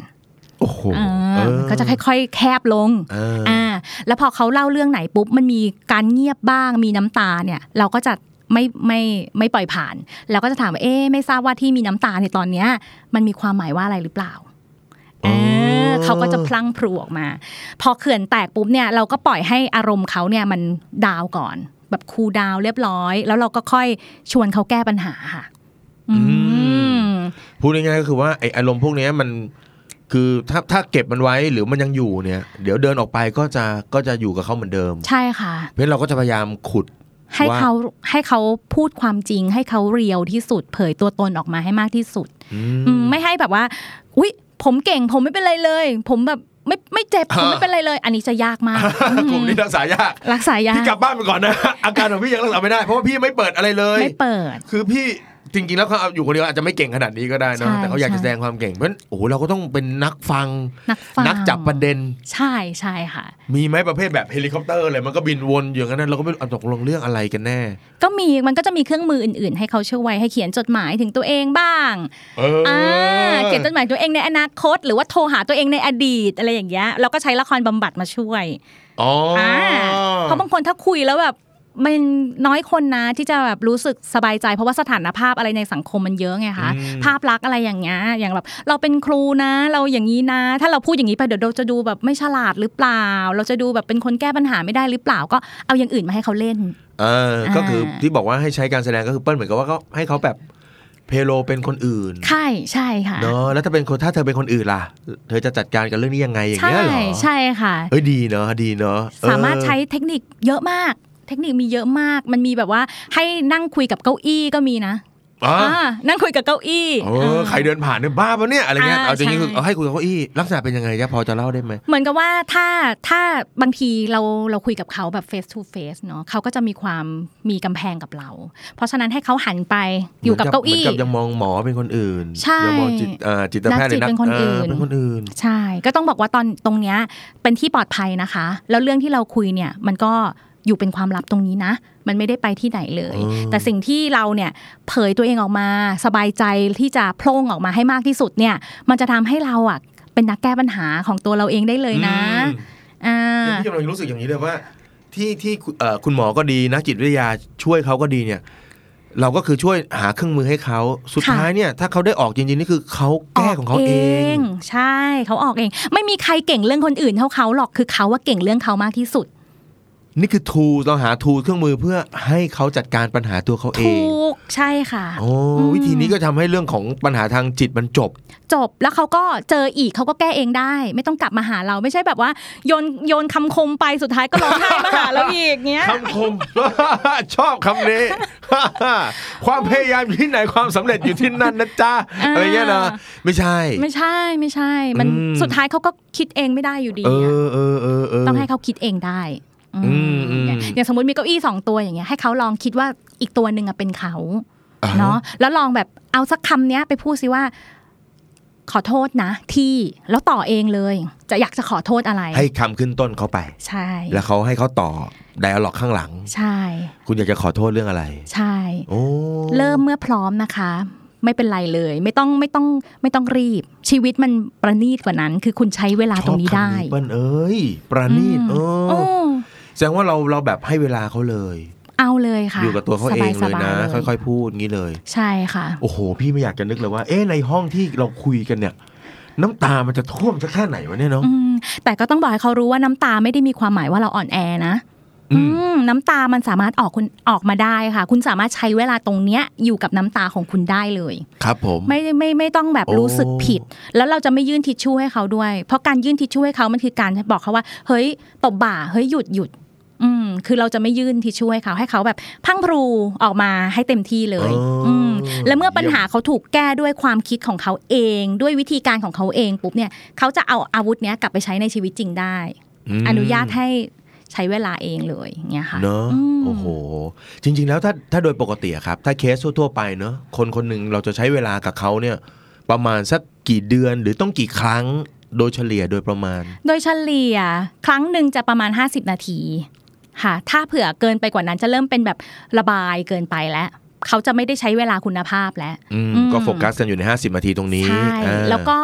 S1: โอ้โห
S2: อ่า
S1: เออ
S2: มันก็จะค่อย ๆ แคบลง
S1: เอออ
S2: อ่าแล้วพอเขาเล่าเรื่องไหนปุ๊บมันมีการเงียบบ้าง มีน้ำตาเนี่ย เราก็จะไม่ไม่ไม่ปล่อยผ่าน แล้วก็จะถามว่าเอ๊ะไม่ทราบว่าที่มีน้ำตาในตอนเนี้ย มันมีความหมายว่าอะไรหรือเปล่า เออเขาก็จะพลั้งพลูออกมา พอเขื่อนแตกปุ๊บเนี่ยเราก็ปล่อยให้อารมณ์เขาเนี่ยมันดาวก่อน แบบคูลดาวน์เรียบร้อย แล้วเราก็ค่อยชวนเขาแก้ปัญหาค่ะ อืม
S1: พูดง่ายๆก็คือว่าไออารมณ์พวกเนี้ยมัน คือถ้าถ้าเก็บมันไว้หรือมันยังอยู่เนี่ย เดี๋ยวเดินออกไปก็จะก็จะอยู่กับเขาเหมือนเดิม
S2: ใช่ค่ะ
S1: เพราะฉะนั้นเราก็จะพยายามขุด
S2: ให้
S1: ว่า
S2: เขาให้เขาพูดความจริง ให้เขาเรียวที่สุด เผยตัวตนออกมาให้มากที่สุด
S1: อื
S2: อื
S1: ม
S2: มไม่ให้แบบว่า อุ๊ย ผมเก่ง ผมไม่เป็นไรเลย ผมแบบไม่ไม่เจ็ บ ผมไม่เป็นไรเลย อันนี้จะยากมาก
S1: กลุ่มนี้รักษายาก
S2: รักษายา
S1: พี่
S2: ก
S1: กลับบ้านไปก่อนนะ อาการของพี่ยังรักษาไม่ได้ เพราะว่าพี่ไม่เปิดอะไรเลย
S2: ไม่เปิด
S1: คือพี่จริงๆแล้วเขาเอาอยู่คนเดียวอาจจะไม่เก่งขนาดนี้ก็ได้เนอะ
S2: ใช่
S1: แต่เขาอยากจะ
S2: ใช่
S1: แสดงความเก่งเพราะฉะนั้นโอ้โหเราก็ต้องเป็นนักฟัง
S2: นักฟัง
S1: นักจับประเด็น
S2: ใช่ใช่ค่ะ
S1: มีไหมประเภทแบบเฮลิคอปเตอร์เลยมันก็บินวนอยู่อย่างนั้นนะเราก็ไม่รู้อ่ะตกลงเรื่องอะไรกันแน่
S2: ก็มีมันก็จะมีเครื่องมืออื่นๆ ให้เขาช่วยให้เขียนจดหมายถึงตัวเองบ้าง
S1: เอออ
S2: อ่าเขียนจดหมายตัวเองในอนาคต หรือว่าโทรหาตัวเองในอดีตอะไรอย่างเงี้ยเราก็ใช้ละครบำบัดมาช่วย
S1: อ๋ออ
S2: อ่าเพราะบางคนถ้าคุยแล้วแบบมันน้อยคนนะที่จะแบบรู้สึกสบายใจ เพราะว่าสถานภาพอะไรในสังคมมันเยอะไงคะภาพลักษณ์อะไรอย่างเงี้ยอย่างแบบเราเป็นครูนะ เราอย่างนี้นะ ถ้าเราพูดอย่างนี้ไปเดี๋ยวเราจะดูแบบไม่ฉลาดหรือเปล่า เราจะดูแบบเป็นคนแก้ปัญหาไม่ได้หรือเปล่า ก็เอาอย่างอื่นมาให้เขาเล่น
S1: เออ ก็คืออา ที่บอกว่าให้ใช้การแสดงก็คือเปิ้ลเหมือนกับว่าก็ให้เขาแบบเพโลเป็นคนอื่น
S2: ใช่ใช่ค่ะ
S1: เนาะแล้วถ้าเป็นคนถ้าเธอเป็นคนอื่นล่ะ เธอจะจัดการกับเรื่องนี้ยังไงอย่าง
S2: ใช่
S1: เงี้ยเหรอ
S2: ใช่ค่ะ
S1: เอ้ยดีเนาะดีเนาะเออ
S2: สามารถใช้เทคนิคเยอะมาก เทคนิคมีเยอะมาก มันมีแบบว่าให้นั่งคุยกับเก้าอี้ก็มีนะ
S1: อ่า
S2: อ่านั่งคุยกับเก้าอี้
S1: เอ
S2: เอ
S1: อ
S2: อ
S1: ใครเดินผ่านเนี่ยบ้าปะเนี่ยอะไรเงี้ย
S2: อ่า
S1: เอาจริงๆ
S2: ใช่
S1: คือเอาให้คุยกับเก้าอี้ลักษณะเป็นยังไงจ๊ะพอจะเล่าได้ไหม
S2: เหมือนกับว่าถ้าถ้าบางทีเราเราคุยกับเขาแบบ face to face เนาะเขาก็จะมีความมีกำแพงกับเรา เพราะฉะนั้นให้เขาหันไปอยู่กับเก้าอี้
S1: หมืนกับยังมองหมอเป็นคนอื่น
S2: ใช่
S1: ยังมองจิตอ่าจิตแพทย์หรือ
S2: นักจิตเป็นคนอื่น
S1: าเป็นคนอื่น
S2: ใช่ ก็ต้องบอกว่าตอนตรงเนี้ยเป็นที่ปลอดภัยนะคะ แล้วเรื่องที่เราคุยเนี่ยมันก็อยู่เป็นความลับตรงนี้นะ มันไม่ได้ไปที่ไหนเลย
S1: อืม
S2: แต่สิ่งที่เราเนี่ยเผยตัวเองออกมา สบายใจที่จะโพล่งออกมาให้มากที่สุดเนี่ย มันจะทำให้เราอ่ะเป็นนักแก้ปัญหาของตัวเราเองได้เลยนะอ่า
S1: พี่กำลังรู้สึกอย่างนี้เลยว่า ที่ที่เอ่อคุณหมอก็ดีนักจิตวิทยาช่วยเขาก็ดีเนี่ย เราก็คือช่วยหาเครื่องมือให้เขาสุดท้ายเนี่ย ถ้าเขาได้ออกจริงๆนี่คือเขาแก้ของเขาเอง
S2: ใช่เขาออกเอง ไม่มีใครเก่งเรื่องคนอื่นเท่าเขาหรอกคือเขาว่าเก่งเรื่องเขามากที่สุด
S1: นี่คือทูเราหาทูเครื่องมือเพื่อให้เขาจัดการปัญหาตัวเขาเอ
S2: ถู
S1: ง
S2: กใช่ค่ะ
S1: โอ้วิธีนี้ก็ทำให้เรื่องของปัญหาทางจิตมันจบ
S2: จบแล้วเขาก็เจออีกเขาก็แก้เองได้ ไม่ต้องกลับมาหาเราไม่ใช่แบบว่าโยนโยนคำคมไปสุดท้ายก็ร้องไห้มาหาเราอีกเงี้ย
S1: คำคม ชอบคำนี้ ความพยายามอยู่ที่ไหนความสำเร็จอยู่ที่นั่นนะจ๊ะ
S2: อ่า
S1: อะไรเงี้ยนะไม่ใช่
S2: ไม่ใช่ไม่ใช่ มัน
S1: อืม
S2: สุดท้ายเขาก็คิดเองไม่ได้อยู่ดี
S1: เอ
S2: อ
S1: อ
S2: ะ
S1: เออเออเออ
S2: ต้องให้เขาคิดเองได้อื
S1: อืม
S2: ม
S1: อืม
S2: อย่างสมมติมีเก้าอี้สองตัวอย่างเงี้ยให้เขาลองคิดว่าอีกตัวหนึ่งอะเป็นเขาเนาะแล้วลองแบบเอาสักคำเนี้ยไปพูดสิว่า ขอโทษนะ ที่แล้วต่อเองเลย จะอยากจะขอโทษอะไร
S1: ให้คำขึ้นต้นเขาไป
S2: ใช่
S1: แล้วเขาให้เขาต่อไดอะล็อกข้างหลัง
S2: ใช่
S1: คุณอยากจะขอโทษเรื่องอะไร
S2: ใช่
S1: โอ้
S2: เริ่มเมื่อพร้อมนะคะ ไม่เป็นไรเลย ไม่ต้องไม่ต้องไม่ต้องรีบ ชีวิตมันประณีตกว่านั้น คือคุณใช้เวลาตรงนี้
S1: ชอบคำ
S2: ได้
S1: เปิ้ลเอ้ย ประณีตเออ
S2: โอ้
S1: แสดงว่าเราเราแบบให้เวลาเขาเลย
S2: เอาเลยค่ะ
S1: อยู่กับตัวเขาเองเลยนะ ค่อย ๆ พูดงี้เลย
S2: ๆใช่ค่ะ
S1: โอ้โห พี่ไม่อยากจะนึกเลยว่า เอ๊ะ ในห้องที่เราคุยกันเนี่ย น้ำตามันจะท่วมสักแค่ไหนวะเนี่ยเนาะ
S2: อืมแต่ก็ต้องบอกให้เขารู้ว่าน้ำตาไม่ได้มีความหมายว่าเราอ่อนแอนะ
S1: อืม
S2: อืมน้ำตามันสามารถออกคุณออกมาได้ค่ะ คุณสามารถใช้เวลาตรงเนี้ยอยู่กับน้ำตาของคุณได้เลย
S1: ครับผม
S2: ไม่ได้ไม่ไม่ต้องแบบ
S1: โอ้
S2: รู้สึกผิด แล้วเราจะไม่ยื่นทิชชู่ให้เขาด้วย เพราะการยื่นทิชชู่ให้เขามันคือการบอกเขาว่า เฮ้ยตบบ่าเฮ้ยหยุดหยุดอืมคือเราจะไม่ยื่นทิชชู่ให้เขาให้เขาแบบพรังพรูออกมาให้เต็มที่เลย
S1: ออ
S2: มแล้วเมื่อปัญหาเขาถูกแก้ด้วยความคิดของเขาเอง ด้วยวิธีการของเขาเองปุ๊บเนี่ยเขาจะเอาอาวุธเนี้ยกลับไปใช้ในชีวิตจริงได้
S1: ม
S2: อนุญาตให้ใช้เวลาเองเลยอย่างเงี้ยค่ะ
S1: เนาะ
S2: ม
S1: โอ้โห จริง ๆ แล้วถ้าถ้าโดยปกติอะครับ ถ้าเคสทั่วๆไปเนาะคนคนหนึ่งเราจะใช้เวลากับเขาเนี่ย ประมาณสักกี่เดือนหรือต้องกี่ครั้งโดยเฉลี่ยโดยประมาณ
S2: โดยเฉลี่ยครั้งหนึ่งจะประมาณ 50 นาทีค่ะ ถ้าเผื่อเกินไปกว่านั้นจะเริ่มเป็นแบบระบายเกินไปแล้ว เขาจะไม่ได้ใช้เวลาคุณภาพแล้ว
S1: อืม
S2: อืม
S1: ก็โฟกัสกันอยู่ใน 50นาทีตรงนี้
S2: ใช่
S1: อ่า
S2: แล้วก็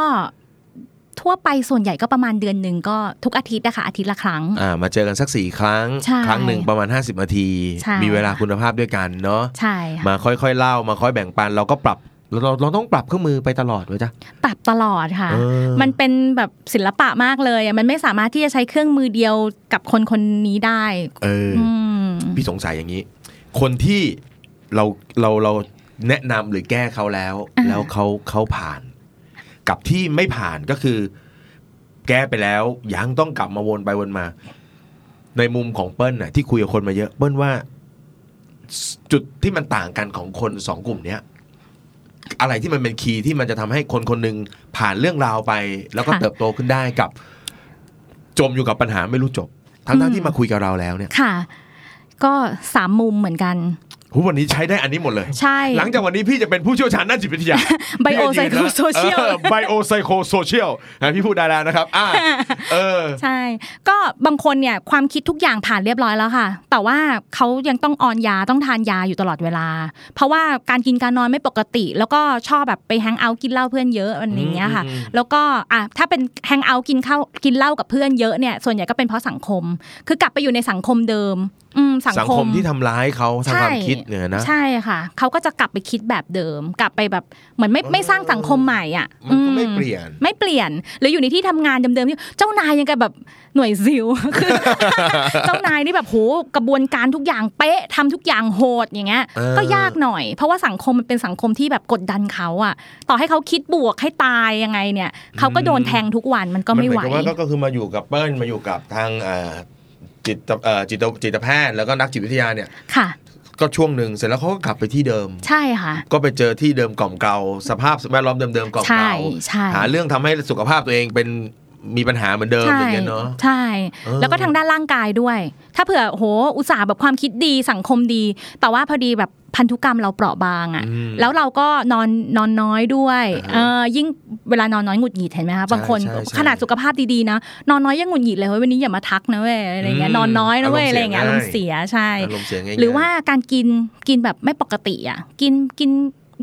S2: ทั่วไปส่วนใหญ่ก็ประมาณเดือนหนึ่งก็ทุกอาทิตย์นะคะอาทิตย์ละครั้ง
S1: อ่ามาเจอกันสักสี่ครั้ง
S2: ใช่
S1: ครั้งหนึ่งประมาณ 50นาที
S2: ใช่
S1: มีเวลาคุณภาพด้วยกันเนาะ
S2: ใช่ค่ะ
S1: มาค่อยๆเล่ามาค่อยแบ่งปันเราก็ปรับเราเราเราต้องปรับเครื่องมือไปตลอดเลยจ้ะ
S2: ปรับตลอดค่ะ
S1: เออ
S2: มันเป็นแบบศิลปะมากเลยอะมันไม่สามารถที่จะใช้เครื่องมือเดียวกับคนคนนี้ได้
S1: เอออ
S2: อืม
S1: พี่สงสัยอย่างนี้ คนที่เราเราเราแนะนำหรือแก้เขาแล้ว แล้วเขาเขาผ่าน กับที่ไม่ผ่านก็คือ แก้ไปแล้วยังต้องกลับมาวนไปวนมา ในมุมของเปิ้ลน่ะที่คุยกับคนมาเยอะเปิ้ลว่าสจุดที่มันต่างกันของคนสองกลุ่มเนี้ยอะไรที่มันเป็นคีย์ที่มันจะทำให้คนคนหนึ่งผ่านเรื่องราวไป แล้วก็
S2: ค่ะ
S1: เติบโตขึ้นได้กับ จมอยู่กับปัญหาไม่รู้จบ ทั้ง
S2: อื
S1: ๆ
S2: ม
S1: ที่มาคุยกับเราแล้วเนี่ย
S2: ค่ะ ก็สามมุมเหมือนกัน
S1: หูวันนี้ใช้ได้อันนี้หมดเลย
S2: ใช่
S1: หลังจากวันนี้พี่จะเป็นผู้เชี่ยวชาญด้านจิตวิท ยา
S2: Bio Psycho Social
S1: ไบโอไซโคโซเชียลนะพี่พูดได้แล้วนะครับ อ่า เออ
S2: ใช่ ก็บางคนเนี่ยความคิดทุกอย่างผ่านเรียบร้อยแล้วค่ะ แต่ว่าเขายังต้องออนยาต้องทานยาอยู่ตลอดเวลา เพราะว่าการกินการนอนไม่ปกติ แล้วก็ชอบแบบไปแฮงเอาท์กินเหล้าเพื่อนเยอะอะไรอย่างเงี้ยค่ะ
S1: อืม
S2: แล้วก็อ่ะถ้าเป็นแฮงเอาท์กินข้าวกินเหล้ากับเพื่อนเยอะเนี่ยส่วนใหญ่ก็เป็นเพราะสังคม คือกลับไปอยู่ในสังคมเดิม อืมสัง
S1: สัง
S2: ค
S1: ค
S2: ม
S1: มที่ทำร้ายเขาทางความคิดเนี่ยนะ
S2: ใช่ค่ะ เขาก็จะกลับไปคิดแบบเดิม กลับไปแบบเหมือนไม่
S1: เออ
S2: ไม่สร้างสังคมใหม่อ่ะ
S1: มันก็
S2: อื
S1: ไม่เปลี่ยน
S2: ไม่เปลี่ยน หรืออยู่ในที่ทำงานเดิมๆที่เจ้านายยังกับแบบหน่วยซิล คือ เจ้านายนี่แบบโหกระบวนการทุกอย่างเป๊ะทำทุกอย่างโหดอย่างเงี้ย
S1: เออ
S2: ก็ยากหน่อย เพราะว่าสังคมมันเป็นสังคมที่แบบกดดันเขาอ่ะ ต่อให้เขาคิดบวกให้ตายยังไงเนี่ยเขาก็โดนแทงทุกวันมันก็ไม่ไหว
S1: นเอนกับว่าก็ก็คือมาอยู่กับเปิ้ลมาอยู่กับทางเอ่อจิตเอ่อจิตจิตแพทย์แล้วก็นักจิตวิทยาเนี่ย
S2: ค่ะ
S1: ก็ช่วงหนึ่งเสร็จแล้วเขาก็กลับไปที่เดิม
S2: ใช่ค่ะ
S1: ก็ไปเจอที่เดิมกล่อมเกลาสภาพแวดล้อมเดิมๆกล่อม
S2: ใช่
S1: เกลา
S2: ใช่
S1: หาเรื่องทำให้สุขภาพตัวเองเป็นมีปัญหาเหมือนเดิมอย่างเงี้ยเนาะ
S2: ใช่
S1: เออ
S2: แล้วก็ทางด้านร่างกายด้วย ถ้าเผื่อโหอุตส่าห์แบบความคิดดีสังคมดี แต่ว่าพอดีแบบพันธุกรรมเราเปราะบางอะ่ะ
S1: อืม
S2: แล้วเราก็นอนนอนน้อยด้วย
S1: อ่าฮะ
S2: เออยิ่งเวลานอนน้อยหงุดหงิดเห็นไหมคะบางคน
S1: ใช่ใช่
S2: ขนาดสุขภาพดีๆนะนอนน้อยยังหงุดหงิดเลยเฮ้ยวันนี้อย่ามาทักนะเว้ยอะไรเงี้ย
S1: อืม
S2: นอนน้อยนะเว้ย
S1: อารมณ์
S2: อะไรเงี้ย
S1: เสีย
S2: อารมณ์
S1: ง่าย
S2: เสียใช่
S1: อารมณ์เสียง่ายๆ
S2: หรือว่าการกินกินแบบไม่ปกติอ่ะกินกิน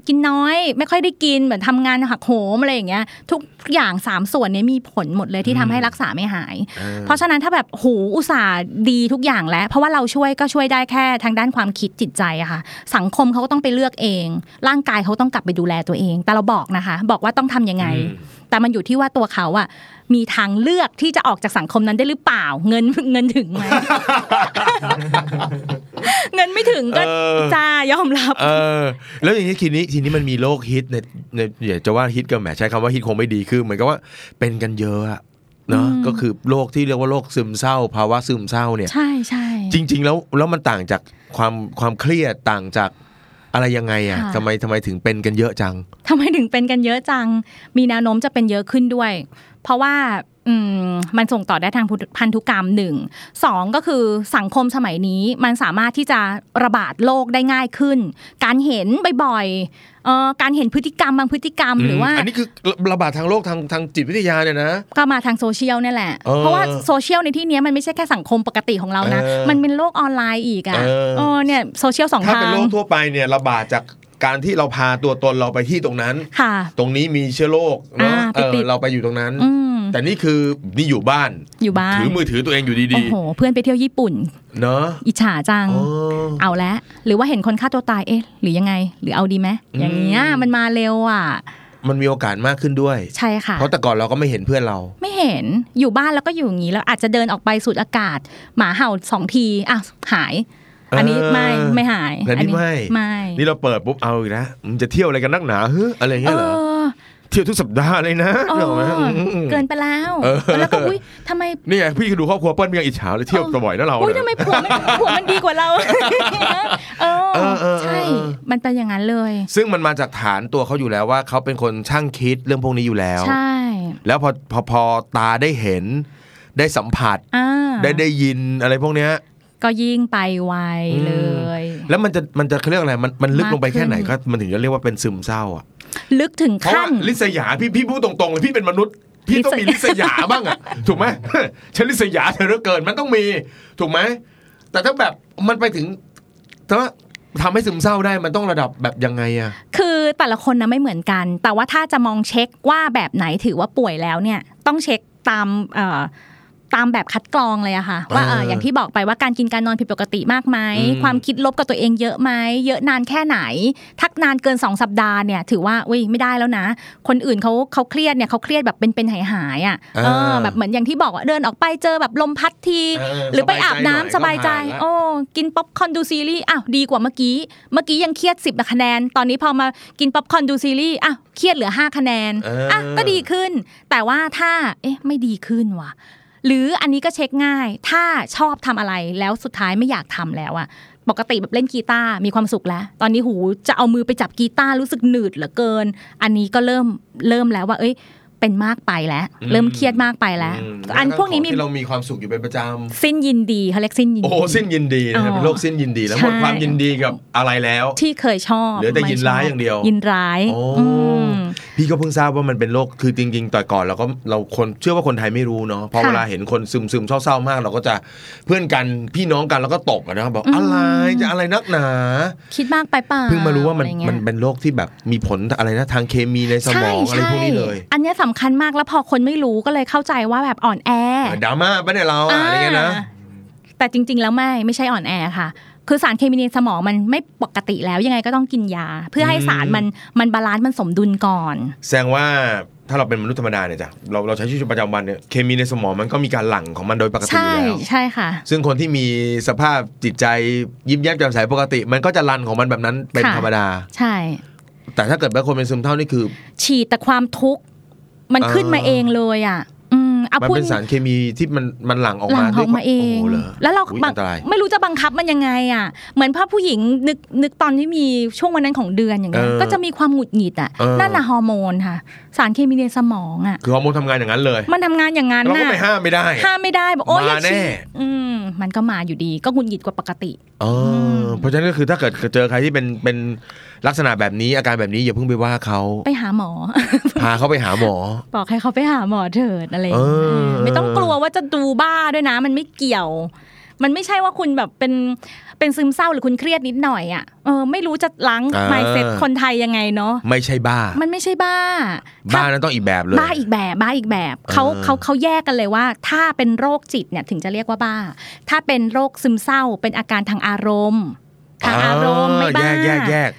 S2: กินน้อย ไม่ค่อยได้กินเหมือนทำงานหักโหมอะไรอย่างเงี้ยทุกอย่างสามส่วนเนี้มีผลหมดเลยที่ทำให้
S1: อืม
S2: รักษาไม่หาย
S1: เออ
S2: เพราะฉะนั้นถ้าแบบหูอุตส่าห์ดีทุกอย่างแล้ว เพราะว่าเราช่วยก็ช่วยได้แค่ทางด้านความคิดจิตใจอะค่ะ สังคมเขาก็ต้องไปเลือกเอง ร่างกายเขาต้องกลับไปดูแลตัวเอง แต่เราบอกนะคะ บอกว่าต้องทำยังไง
S1: อืม
S2: แต่มันอยู่ที่ว่าตัวเขาอะมีทางเลือกที่จะออกจากสังคมนั้นได้หรือเปล่า เงินเงินถึงไหม เงินไม่ถึงก็
S1: เออ
S2: จ้ายอมรับ
S1: เออแล้วอย่างนี้ทีนี้ทีนี้มันมีโรคฮิตในในอย่าจะว่าฮิตก็แหมใช้คำว่าฮิตคงไม่ดีคือเหมือนกับว่าเป็นกันเยอะอะเนาะ
S2: อืม
S1: ก็คือโรคที่เรียกว่าโรคซึมเศร้า ภาวะซึมเศร้าเนี่ย
S2: ใช่ใช่
S1: จริง ๆ แล้วแล้วมันต่างจากความความเครียดต่างจากอะไรยังไงอะ
S2: ค่ะ
S1: ทำไมทำไมถึงเป็นกันเยอะจัง
S2: ทำไมถึงเป็นกันเยอะจัง มีแนวโน้มจะเป็นเยอะขึ้นด้วย เพราะว่าอืมมันส่งต่อได้ทางพันธุกรรมหนึ่งสองก็คือสังคมสมัยนี้มันสามารถที่จะระบาดโรคได้ง่ายขึ้น การเห็นบ่อยๆเอ่อการเห็นพฤติกรรมบางพฤติกรรมหรือว่า
S1: อันนี้คือระบาดทางโรคทางทางจิตวิทยาเนี่ยนะ
S2: ก็มาทางโซเชียลเนี่ยแหละ
S1: เออ
S2: เพราะว่าโซเชียลในที่เนี้ยมันไม่ใช่แค่สังคมปกติของเรานะ
S1: เออ
S2: มันเป็นโลกออนไลน์อีกอ่ะ
S1: เออ
S2: เออเนี่ยโซเชียลสอง
S1: ถ้า
S2: ทา
S1: เป็น
S2: ง
S1: โรคทั่วไปเนี่ยระบาดจากการที่เราพาตัวตนเราไปที่ตรงนั้น
S2: ค่ะ
S1: ตรงนี้มีเชื้อโรคเนาะ
S2: อ่า
S1: เออ
S2: ติดๆ
S1: เราไปอยู่ตรงนั้น
S2: อืม
S1: แต่นี่คือนี่อยู่บ้าน
S2: อยู่บ้าน
S1: ถือมือถือตัวเองอยู่
S2: โอ้
S1: ดี
S2: โห เพื่อนไปเที่ยวญี่ปุ่น
S1: ๆ เนาะ
S2: อิจฉาจัง
S1: อ๋อ
S2: เอาละหรือว่าเห็นคนฆ่าตัวตายเอ๊ะ หรือยังไง หรือเอาดีไหม
S1: อืม
S2: อย่างเงี้ยมันมาเร็วอ่ะ
S1: มันมีโอกาสมากขึ้นด้วย
S2: ใช่ค่ะ
S1: เพราะแต่ก่อนเราก็ไม่เห็นเพื่อนเรา
S2: ไม่เห็นอยู่บ้านแล้วก็อยู่อย่างนี้แล้วอาจจะเดินออกไปสูดอากาศ หมาเห่าสองทีอ่ะหาย อันนี้
S1: เออ
S2: ไม่ไม่หาย
S1: อันนี้ไม่
S2: ไม่
S1: นี่เราเปิดปุ๊บเอาอีกนะมึงจะเที่ยวอะไรกันนักหนาเฮ้ออะไรอย่าง
S2: เอ
S1: เงี้ยเหรอ
S2: อ
S1: เที่ยวทุกสัปดาห์เลยนะ
S2: เอ
S1: เรื่องไหม
S2: อ
S1: อืม
S2: เกินไปแล้ว
S1: เออ
S2: แล้วก็อุ้ยทำไม
S1: นี่ไงพี่ก็ดูครอบครัวเปิ้ลมียังอิจฉาเลยเที่ยวบ่อยนะเรา
S2: อุ้ย
S1: เนี่ย
S2: ทำไมผัวมันผัวมันดีกว่าเรา เออ
S1: เออเออ
S2: ใช่
S1: เออ
S2: มันเป็นอย่างนั้นเลย
S1: ซึ่งมันมาจากฐานตัวเขาอยู่แล้วว่าเขาเป็นคนช่างคิดเรื่องพวกนี้อยู่แล้ว
S2: ใช่
S1: แล้วพอพอพอตาได้เห็น ได้สัมผัส
S2: อ่า
S1: ได้ได้ยินอะไรพวกเนี้ย
S2: ก็ยิ่งไปไว
S1: อืม
S2: เลย
S1: แล้วมันจะมันจะเขาเรียกอะไรมันมันลึกลงไป
S2: มากขึ้น
S1: แค่ไหนก็มันถึงจะเรียกว่าเป็นซึมเศร้าอ่ะ
S2: ลึกถึง
S1: เพราะว่า
S2: ขั้น
S1: ลิษยาพี่พี่พูดตรงๆเลยพี่เป็นมนุษย์ พี่ต้องมี
S2: ลิ
S1: ลิ
S2: ษ
S1: ษ
S2: ยา
S1: ยาบ้างอ่ะ ถูกไหม ฉันลิษยาเธอเหลือเกินมันต้องมีถูกไหมแต่ถ้าแบบมันไปถึงแต่ว่าทำให้ซึมเศร้าได้มันต้องระดับแบบยังไงอ่ะ
S2: คือแต่ละคนนะไม่เหมือนกัน แต่ว่าถ้าจะมองเช็คว่าแบบไหนถือว่าป่วยแล้วเนี่ย ต้องเช็คตามเอ่อ ตามแบบคัดกรองเลยอะค่ะ ว่าเออ
S1: เออ
S2: อ
S1: อ
S2: ย่างที่บอกไปว่าการกินการนอนผิดปกติมากไหมความคิดลบกับตัวเองเยอะไหมเยอะนานแค่ไหน ทักนานเกิน 2 สัปดาห์เนี่ยถือว่าอุ้ยไม่ได้แล้วนะ คนอื่นเขาเขาเครียดเนี่ยเขาเครียดแบบเป็นเป็นหายหายๆอะ
S1: อ่า
S2: เออแบบเหมือนอย่างที่บอกว่าเดินออกไปเจอแบบลมพัดที
S1: เ
S2: หรือไปอาบน้ำสบายใจ
S1: ก็ผ่นละ
S2: โอ้กินป๊อปคอร์นดูซีรีส์อ้าวดีกว่าเมื่อกี้ เมื่อกี้ยังเครียด 10คะแนน ตอนนี้พอมากินป๊อปคอร์นดูซีรีส์อ้าวเครียดเหลือ 5 คะแนน
S1: เอออ่
S2: ะก็ดีขึ้น แต่ว่าถ้าเอ๊ะไม่ดีขึ้นว่ะ หรืออันนี้ก็เช็คง่าย ถ้าชอบทำอะไรแล้วสุดท้ายไม่อยากทำแล้วอะปกติแบบเล่นกีตาร์มีความสุขแล้ว ตอนนี้หูจะเอามือไปจับกีตาร์รู้สึกหนืดเหลือเกิน อันนี้ก็เริ่มเริ่มแล้วว่า เอ้ย เป็นมากไปแล้ว เริ่มเครียดมากไปแล้ว
S1: อืม
S2: อันพวกนี้มี
S1: แล้ก็ของที่เรามีความสุขอยู่เป็นประจำ
S2: สิ้นยินดีเขาเรียกสิ้นยิน
S1: โอ้
S2: ดี
S1: โหสิ้นยินดีนะครับ
S2: อ๋อ
S1: เป็นโรคสิ้นยินดีแล้ว
S2: ใช่
S1: หมดความยินดีกับอะไรแล้ว
S2: ที่เคยชอบ
S1: เหลือแต่ยินร้ายอ
S2: ไม่ชบ
S1: ย่างเดียว
S2: ยินร้าย
S1: โอ้
S2: อืม
S1: พี่ก็เพิ่งทราบว่ามันเป็นโรคคือจริงๆต่อก่อนเราก็เราคนเชื่อว่าคนไทยไม่รู้เนาะพอ
S2: ค่ะ
S1: เวลาเห็นคนซึมซึมๆเศร้าๆมาก เราก็จะเพื่อนกันพี่น้องกันเราก็ตกอะนะบอก
S2: อืม
S1: อะไรจะอะไรนักหนา
S2: คิดมากไปเปล่า
S1: เพิ่งมารู้ว่ามัน
S2: อะไรเงี้ย
S1: มันเป็นโรคที่แบบมีผลอะไรนะทางเคมีในสมองอะไร
S2: ใช่
S1: พวกนี้เลย
S2: ใช่อันเนี้ยสำคัญมากแล้วพอคนไม่รู้ก็เลยเข้าใจว่าแบบอ่อนแอ
S1: ดราม่าปะเนี่ยเราอะอะไรเงี้ยนะ
S2: อ่าแต่จริง ๆ แล้วไม่ไม่ใช่อ่อนแอค่ะ คือสารเคมีในสมองมันไม่ปกติแล้วยังไงก็ต้องกินยา เพื่อให้สารมันมันบาลานซ์มันสมดุลก่อน
S1: แสดงว่าถ้าเราเป็นมนุษย์ธรรมดาเนี่ยจ้ะเราเราใช้ชีวิตประจำวันเนี่ยเคมีในสมองมันก็มีการหลั่งของมันโดยปกติ
S2: ใช่
S1: อยู่แล้ว
S2: ใช่ค่ะ
S1: ซึ่งคนที่มีสภาพจิตใจยิ้มแย้มแจ่มใสปกติ มันก็จะรันของมันแบบนั้นเป็น
S2: ค่ะ
S1: ธรรมดา
S2: ใช่
S1: แต่ถ้าเกิดบางคนเป็นซึมเศร้านี่คือ
S2: ฉีดแต่ความทุกข์มัน
S1: อ่า
S2: ขึ้นมาเองเลยอ่ะ อืมเอา
S1: มัน
S2: พูด
S1: เป็นสารเคมีที่มันมันหลั่งออก
S2: หลั
S1: มาง
S2: ออกมาเอง
S1: โอ้โหเหรอ
S2: แล้วเรา
S1: อุ๊ย
S2: บัง
S1: อันตราย
S2: ไม่รู้จะบังคับมันยังไงอ่ะ เหมือนภาพผู้หญิงนึกนึกตอนที่มีช่วงวันนั้นของเดือนอย่างเงี้ย
S1: เออ
S2: ก็จะมีความหงุดหงิดอ่ะ
S1: เออ
S2: นั่นน่ะฮอร์โมนค่ะ สารเคมีในสมองอ่ะ
S1: คือฮอร์โมนทำงานอย่างนั้นเลย
S2: มันทำงานอย่างนั้น
S1: เราก็
S2: น่ะ
S1: ไปห้ามไม่ได้
S2: ห้ามไม่ได้บอกโอ้ยอย่า
S1: มาแน่
S2: ฉีดอืมมันก็มาอยู่ดีก็หงุนหงิดกว่าปกติ
S1: อ๋ออเพราะฉะนั้นก็คือถ้าเกิดเจอใครที่เป็นเป็นลักษณะแบบนี้อาการแบบนี้อย่าเพิ่งไปว่าเขา
S2: ไปหาหมอ
S1: พาเขาไปหาหมอ
S2: บอกให้เขาไปหาหมอเถิดอะไรอย่างเงี้ย
S1: เออ
S2: เออไม่ต้องกลัวว่าจะดูบ้าด้วยนะ มันไม่เกี่ยว มันไม่ใช่ว่าคุณแบบเป็นเป็นซึมเศร้าหรือคุณเครียดนิดหน่อยอ่ะเออไม่รู้จะล้างไมเซ็ตคนไทยยังไงเนาะ
S1: ไม่ใช่บ้า
S2: มันไม่ใช่บ้า
S1: บ้านั้นต้องอีกแบบเลย
S2: บ้าอีกแบบบ้าอีกแบบเขา
S1: เออ
S2: เขาเขาแยกกันเลยว่า ถ้าเป็นโรคจิตเนี่ยถึงจะเรียกว่าบ้า ถ้าเป็นโรคซึมเศร้าเป็นอาการทางอารมณ์ทางอารมณ์ไม่บ้า
S1: แยกแยกแยก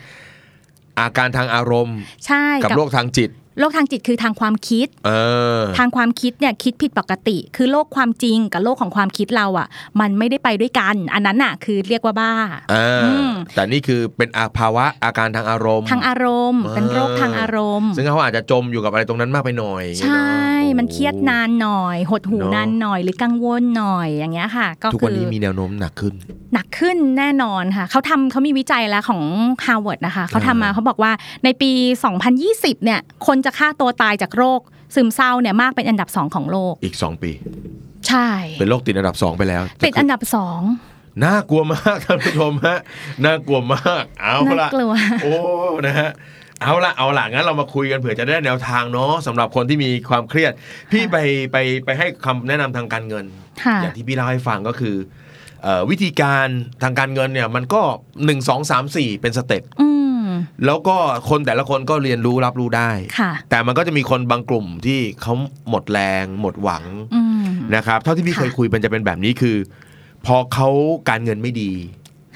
S1: อาการทางอารมณ์
S2: ใช่
S1: กับโรคทางจิต
S2: โรคทางจิตคือทางความคิด
S1: เออ
S2: ทางความคิดเนี่ยคิดผิดปกติ คือโลกความจริงกับโลกของความคิดเราอ่ะ มันไม่ได้ไปด้วยกัน อันนั้นน่ะ คือเรียกว่าบ้า
S1: อ่า
S2: อืม
S1: แต่นี่คือเป็นอาภาวะอาการทางอารมณ์
S2: ทางอารมณ์
S1: อ่า
S2: เป็นโรคทางอารมณ์
S1: ซึ่งเขาอาจจะจมอยู่กับอะไรตรงนั้นมากไปหน่อยอย่าง
S2: ใช
S1: เงี้ยเนาะ
S2: ่
S1: โอ้
S2: มันเครียดนานหน่อย หดหู
S1: เนอะ
S2: นานหน่อยหรือกังวลหน่อยอย่างเงี้ยค่ะ ก็
S1: ทุก
S2: คื
S1: วัน
S2: อ
S1: นี้มีแนวโน้มหนักขึ้น
S2: หนักขึ้นแน่นอนค่ะเขาทำเขามีวิจัยแล้วของ Harvard นะคะเขาทำมาเขาบอกว่าในปี 2020 เนี่ย คนจะฆ่าตัวตายจากโรคซึมเศร้าเนี่ยมากเป็นอันดับสองของโลก
S1: อีก 2 ปี
S2: ใช่
S1: เป็นโรคติดอันดับ 2 ไปแล้ว
S2: ติดอันดับสอง
S1: น่ากลัวมากท่านผู้ชมฮะน่ากลัวมากเอา
S2: น่า
S1: ละ
S2: กลัว
S1: โอ้นะฮะเอาละเอาละงั้นเรามาคุยกันเผื่อจะได้แนวทางเนาะสำหรับคนที่มีความเครียด พี่ไปไปไปให้คำแนะนำทางการเงิน
S2: ค่ะ
S1: อย่างที่พี่เล่าให้ฟังก็คือเอ่อวิธีการทางการเงินเนี่ยมันก็ 1 2 3 4 เป็นสเต็ป
S2: อืม
S1: แล้วก็คนแต่ละคนก็เรียนรู้รับรู้ได้
S2: ค่ะ
S1: แต่มันก็จะมีคนบางกลุ่มที่เขาหมดแรงหมดหวัง
S2: อืม
S1: นะครับเท่าที่พี่
S2: ค่ะ
S1: เคยคุยมันจะเป็นแบบนี้คือ พอเขาการเงินไม่ดี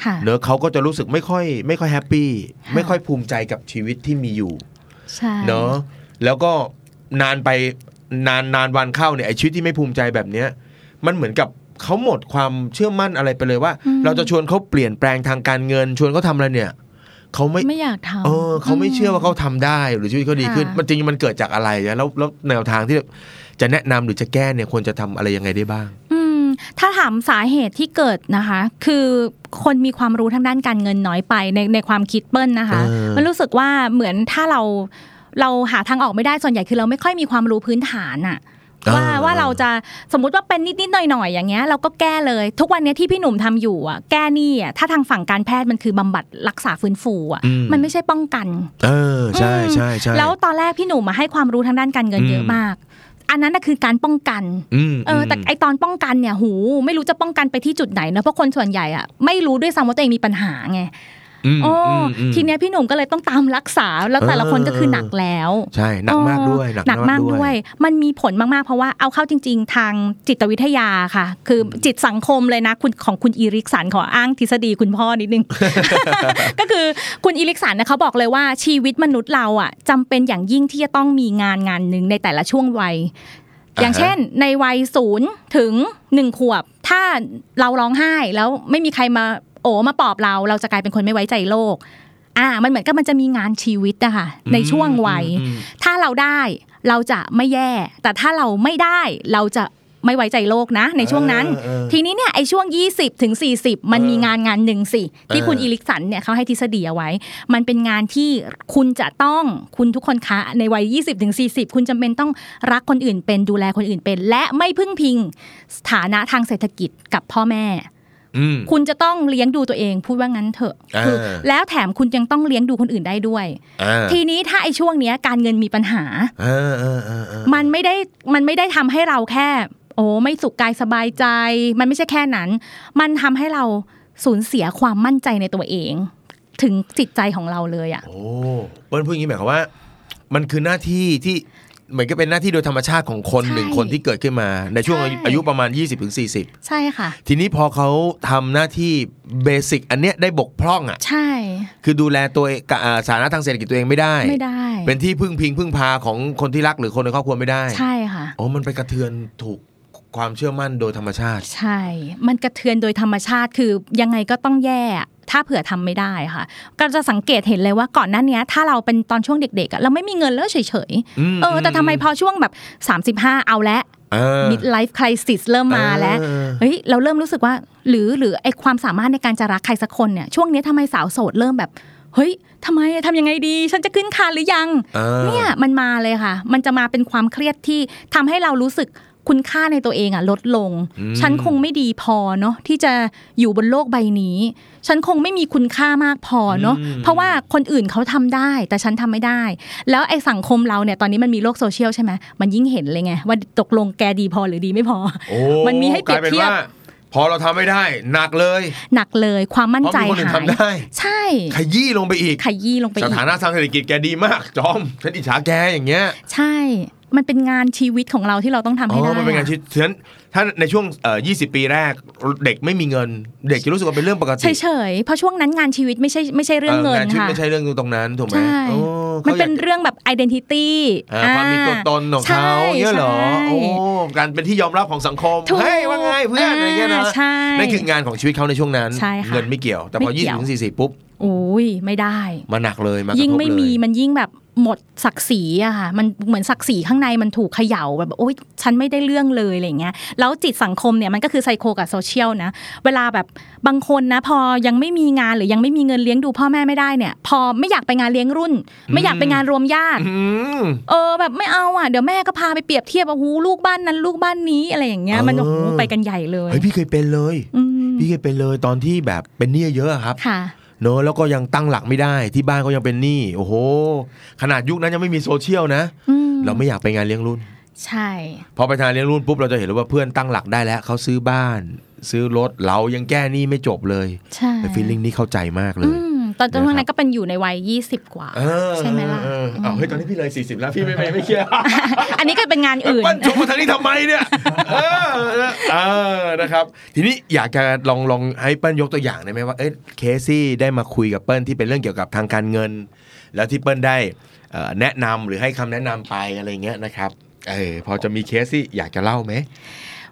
S2: ค่ะ
S1: เนอะเขาก็จะรู้สึกไม่ค่อยไม่ค่อยแฮปปี้
S2: ค่ะ
S1: ไม่ค่อยภูมิใจกับชีวิตที่มีอยู่
S2: ใช่
S1: เนอะแล้วก็นานไปนานนานวันเข้าเนี่ยไอชีวิตที่ไม่ภูมิใจแบบเนี้ยมันเหมือนกับเขาหมดความเชื่อมั่นอะไรไปเลยว่า เราจะชวนเขาเปลี่ยนแปลงทางการเงิน ชวนเขาทำอะไรเนี่ยเขาไม่
S2: ไม่อยาก
S1: เอ
S2: ทำ
S1: อเขาไม่เชื่อว่าเขาทำได้หรือชีวิตเขาดีขึ้น
S2: ค่ะ
S1: มันจริงมันเกิดจากอะไรนะแล้วแล้วแนวทางที่จะแนะนำหรือจะแก้เนี่ยควรจะทำอะไรยังไงได้บ้าง
S2: อืม ถ้าถามสาเหตุที่เกิดนะคะ คือคนมีความรู้ทางด้านการเงินน้อยไปในในความคิดเปิ้ลนะคะ
S1: เออ
S2: มันรู้สึกว่าเหมือนถ้าเราเราหาทางออกไม่ได้ส่วนใหญ่คือเราไม่ค่อยมีความรู้พื้นฐานอะว่า
S1: ออ
S2: ว่าเราจะสมมติว่าเป็นนิดนิดๆหน่อยหน่อยๆอย่างเงี้ยเราก็แก้เลย ทุกวันเนี้ยที่พี่หนุ่มทำอยู่อะแก้หนี่อะถ้าทางฝั่งการแพทย์มันคือบำบัดรักษาฟื้นฟูอะ
S1: อื
S2: มันไม่ใช่ป้องกัน
S1: เออใช่
S2: อืม
S1: ใช่ใช่
S2: แล้วตอนแรกพี่หนุ่มมาให้ความรู้ทางด้านการเงินเยอะมาก อันนั้นน่ะคือการป้องกัน
S1: ม
S2: เอออแต่ไอตอนป้องกันเนี่ยหู ไม่รู้จะป้องกันไปที่จุดไหนเนอะเพราะคนส่วนใหญ่อะไม่รู้ด้วยซ้ำว่าตัวเองมีปัญหาไง
S1: อืม
S2: โอ้
S1: มอืม
S2: ทีเนี้ยพี่หนุ่มก็เลยต้องตามรักษาแล้วแต่ละคนก็คือหนักแล้ว
S1: ใช่หนักมากด้วย
S2: เออหนักมากด้วย มันมีผลมากๆ เพราะว่าเอาเข้าจริง ๆ ทางจิตวิทยาค่ะ คือจิตสังคมเลยนะคุณของคุณอีริกสันขออ้างทฤษฎีคุณพ่อนิดนึง ก็คือคุณอีริกสันนะเขาบอกเลยว่าชีวิตมนุษย์เราอ่ะจำเป็นอย่างยิ่งที่จะต้องมีงานงานหนึ่งในแต่ละช่วงวัย อย่างเช่น ในวัยศูนย์ถึงหนึ่งขวบ ถ้าเราร้องไห้แล้วไม่มีใครมาโอบมาปลอบเราเราจะกลายเป็นคนไม่ไว้ใจโลก อ่า มันเหมือนกับมันจะมีงานชีวิตอะค่ะในช่วงวัย
S1: อืมอืม
S2: ถ้าเราได้เราจะไม่แย่ แต่ถ้าเราไม่ได้เราจะไม่ไว้ใจโลกนะ ในช่วงนั้น
S1: เออเออ
S2: ทีนี้เนี่ยไอ้ช่วง 20ถึง40 มันมีงานงานหนึ่งสิ ที่คุณ
S1: เออ
S2: อีลิกสันเนี่ยเขาให้ทฤษฎีเอาไว้ มันเป็นงานที่คุณจะต้องคุณทุกคนคะในวัย 20ถึง40 คุณจำเป็นต้องรักคนอื่นเป็นดูแลคนอื่นเป็น และไม่พึ่งพิงสถานะทางเศรษฐกิจกับพ่อแม่ คุณจะต้องเลี้ยงดูตัวเองพูดว่างั้นเถอะคือ
S1: เออ
S2: แล้วแถมคุณยังต้องเลี้ยงดูคนอื่นได้ด้วย ทีนี้ถ้าไอ้ช่วงเนี้ยการเงินมีปัญหา
S1: มั
S2: มันไม่ได้มันไม่ได้ทำให้เราแค่ โอ้ไม่สุขกายสบายใจ มันไม่ใช่แค่นั้น มันทำให้เราสูญเสียความมั่นใจในตัวเอง ถึงจิตใจของเราเลยอะ่ะ
S1: โอ้เปิ้ลพูดอย่างนี้หมายความว่า มันคือหน้าที่ที่เหมือนก็เป็นหน้าที่โดยธรรมชาติของคน
S2: ใช่
S1: หนึ่งคนที่เกิดขึ้นมา ในช่วงอายุ
S2: ใช่
S1: อายุประมาณ 20-40
S2: ใช่ค่ะ
S1: ทีนี้พอเขาทำหน้าที่เบสิกอันเนี้ยได้บกพร่องอ่ะ
S2: ใช่
S1: คือดูแลตัวเองอ่าสถานะทางเศรษฐกิจตัวเองไม่ได้
S2: ไม่ได้
S1: เป็นที่พึ่งพิงพึ่งพาของคนที่รักหรือคนในครอบครัวไม่ได้
S2: ใช่ค่ะ
S1: โอ้มันไปกระเทือนถูกความเชื่อมั่นโดยธรรมชาติ
S2: ใช่ มันกระเทือนโดยธรรมชาติคือยังไงก็ต้องแย่อะถ้าเผื่อทำไม่ได้ค่ะ ก็จะสังเกตเห็นเลยว่าก่อนหน้าเนี้ยถ้าเราเป็นตอนช่วงเด็กๆอะเราไม่มีเงินแล้วเฉย
S1: อืม
S2: ๆเออแต่ทำไมพอช่วงแบบ 35 เอาละ
S1: เออ
S2: midlife crisis เริ่มมาแล้ว
S1: เออ
S2: เฮ้ย เราเริ่มรู้สึกว่า หรือหรือไอความสามารถในการจะรักใครสักคนเนี่ย ช่วงเนี้ยทำไมสาวโสดเริ่มแบบ เฮ้ยทำไมอะทำยังไงดี ฉันจะขึ้นคานหรือยัง
S1: ออ
S2: เนี่ยมันมาเลยค่ะ มันจะมาเป็นความเครียดที่ทำให้เรารู้สึกคุณค่าในตัวเองอะลดลง
S1: อืม
S2: ฉันคงไม่ดีพอเนาะที่จะอยู่บนโลกใบนี้ ฉันคงไม่มีคุณค่ามากพอเนาะเพราะว่าคนอื่นเขาทำได้แต่ฉันทำไม่ได้ แล้วไอ้สังคมเราเนี่ยตอนนี้มันมีโลกโซเชียลใช่ไหมมันยิ่งเห็นเลยไงว่าตกลงแกดีพอหรือดีไม่พอ
S1: โอ้
S2: มันมีให้เปรียบเทียบ
S1: กลาป็นว่าพอเราทำไม่ได้หนักเลย
S2: หนักเลยความมั่น
S1: เพราะ
S2: ใจ
S1: มีคนอื่น
S2: หาย
S1: ทำได้
S2: ใช่
S1: ขยี้ลงไปอีก
S2: ขยี้ลงไป
S1: ส
S2: อีก
S1: ถานะทางเศรษฐกิจแกดีมาก จอม ฉันอิจฉาแกอย่างเงี้ย
S2: ใช่ มันเป็นงานชีวิตของเราที่เราต้องทำ
S1: อ๋
S2: ให้ได้
S1: อมันเป็นงาน
S2: อะ
S1: ชีวิตฉะนั้นถ้าในช่วงเอ่อ20 ปีแรก เด็กไม่มีเงิน เด็กจะรู้สึกว่าเป็นเรื่องปก
S2: เฉ
S1: ติ
S2: ยๆ เพราะช่วงนั้นงานชีวิตไม่ใช่ไม่ใช่เรื่องเงิน
S1: านชีวิต
S2: ค่ะ
S1: ไม่ใช่เรื่องตรงนั้นถูกไหม
S2: ใช่
S1: โอ้
S2: มัน
S1: ขาอยาก
S2: เป็นเรื่องแบบ identity
S1: อ่าความมีตัวตนของ
S2: ใช่
S1: เขาเงี้ยเหรอ
S2: ใช่
S1: โอ้การเป็นที่ยอมรับของสังคม
S2: ถูก
S1: เฮ้ยว่าไงเพื่อนอะไรเงี้ยนะ
S2: อ่าใช่
S1: นั่นคืองานของชีวิตเขาในช่วงนั้น
S2: ใช่ค่ะ
S1: เงินไม่เกี่ยว แต่พอ
S2: ไม่
S1: ยี่สิ
S2: เกี่ยว
S1: บถึงสี่สิบปุ๊บ
S2: โอ้ยไม่ได้
S1: มาหนักเลยมากระทบ
S2: ยิ่งไม่มี
S1: เลย
S2: มันยิ่งแบบหมดศักดิ์ศรีอะค่ะ มันเหมือนศักดิ์ศรีข้างในมันถูกเขย่าแบบโอ๊ยฉันไม่ได้เรื่องเลยอะไรเงี้ย แล้วจิตสังคมเนี่ยมันก็คือไซโคกับโซเชียลนะ เวลาแบบบางคนนะ พอยังไม่มีงานหรือยังไม่มีเงินเลี้ยงดูพ่อแม่ไม่ได้เนี่ย พอไม่อยากไปงานเลี้ยงรุ่น ไม่อยากไปงานรวมญาติ
S1: อืม
S2: เออแบบไม่เอาอ่ะเดี๋ยวแม่ก็พาไปเปรียบเทียบว่าหูลูกบ้านนั้นลูกบ้านนี้อะไรอย่างเงี้ยมัน
S1: เออ
S2: โอ้โหไปกันใหญ่เลย
S1: เฮ้ยพี่เคยเป็นเลย
S2: อืม
S1: พี่เคยเป็นเลยตอนที่แบบเป็นหนี้เยอะอะครับ
S2: ค่ะ
S1: เนอะแล้วก็ยังตั้งหลักไม่ได้ที่บ้านก็ยังเป็นหนี้โอ้โห ขนาดยุคนั้นยังไม่มีโซเชียลนะ
S2: อืม
S1: เราไม่อยากไปงานเลี้ยงรุ่น
S2: ใช่
S1: พอไปงานเลี้ยงรุ่นปุ๊บเราจะเห็นเลยว่าเพื่อนตั้งหลักได้แล้วเขาซื้อบ้าน ซื้อรถเรายังแก้หนี้ไม่จบเลย
S2: ใช่
S1: แต่ฟีลลิ่งนี้เข้าใจมากเล
S2: อื
S1: ย
S2: มตอนตอนนั้
S1: นะครั
S2: น
S1: บ
S2: ก็เป็นอยู่ในวัยยี่สิบกว่า
S1: เออ
S2: ใช่ไหมล่ะ
S1: เออเอาเฮ้ยตอนนี้พี่เลย 40 แล้วพี่ไม่ไม่ไม่เคลียร์
S2: อันนี้ก็เป็นงาน อื่น
S1: ปั้นชมมาทางนี้ทำไมเนี่ยเออเออเออนะครับ ทีนี้อยากจะลองลองให้เปิ้ลยกตัวอย่างได้ไหมว่าเอ้ยเคซี่ได้มาคุยกับเปิ้ลที่เป็นเรื่องเกี่ยวกับทางการเงิน แล้วที่เปิ้ลได้เอ่อแนะนำหรือให้คำแนะนำไปอะไรเงี้ยนะครับเออพอจะมีเคสที่อยากจะเล่าไหม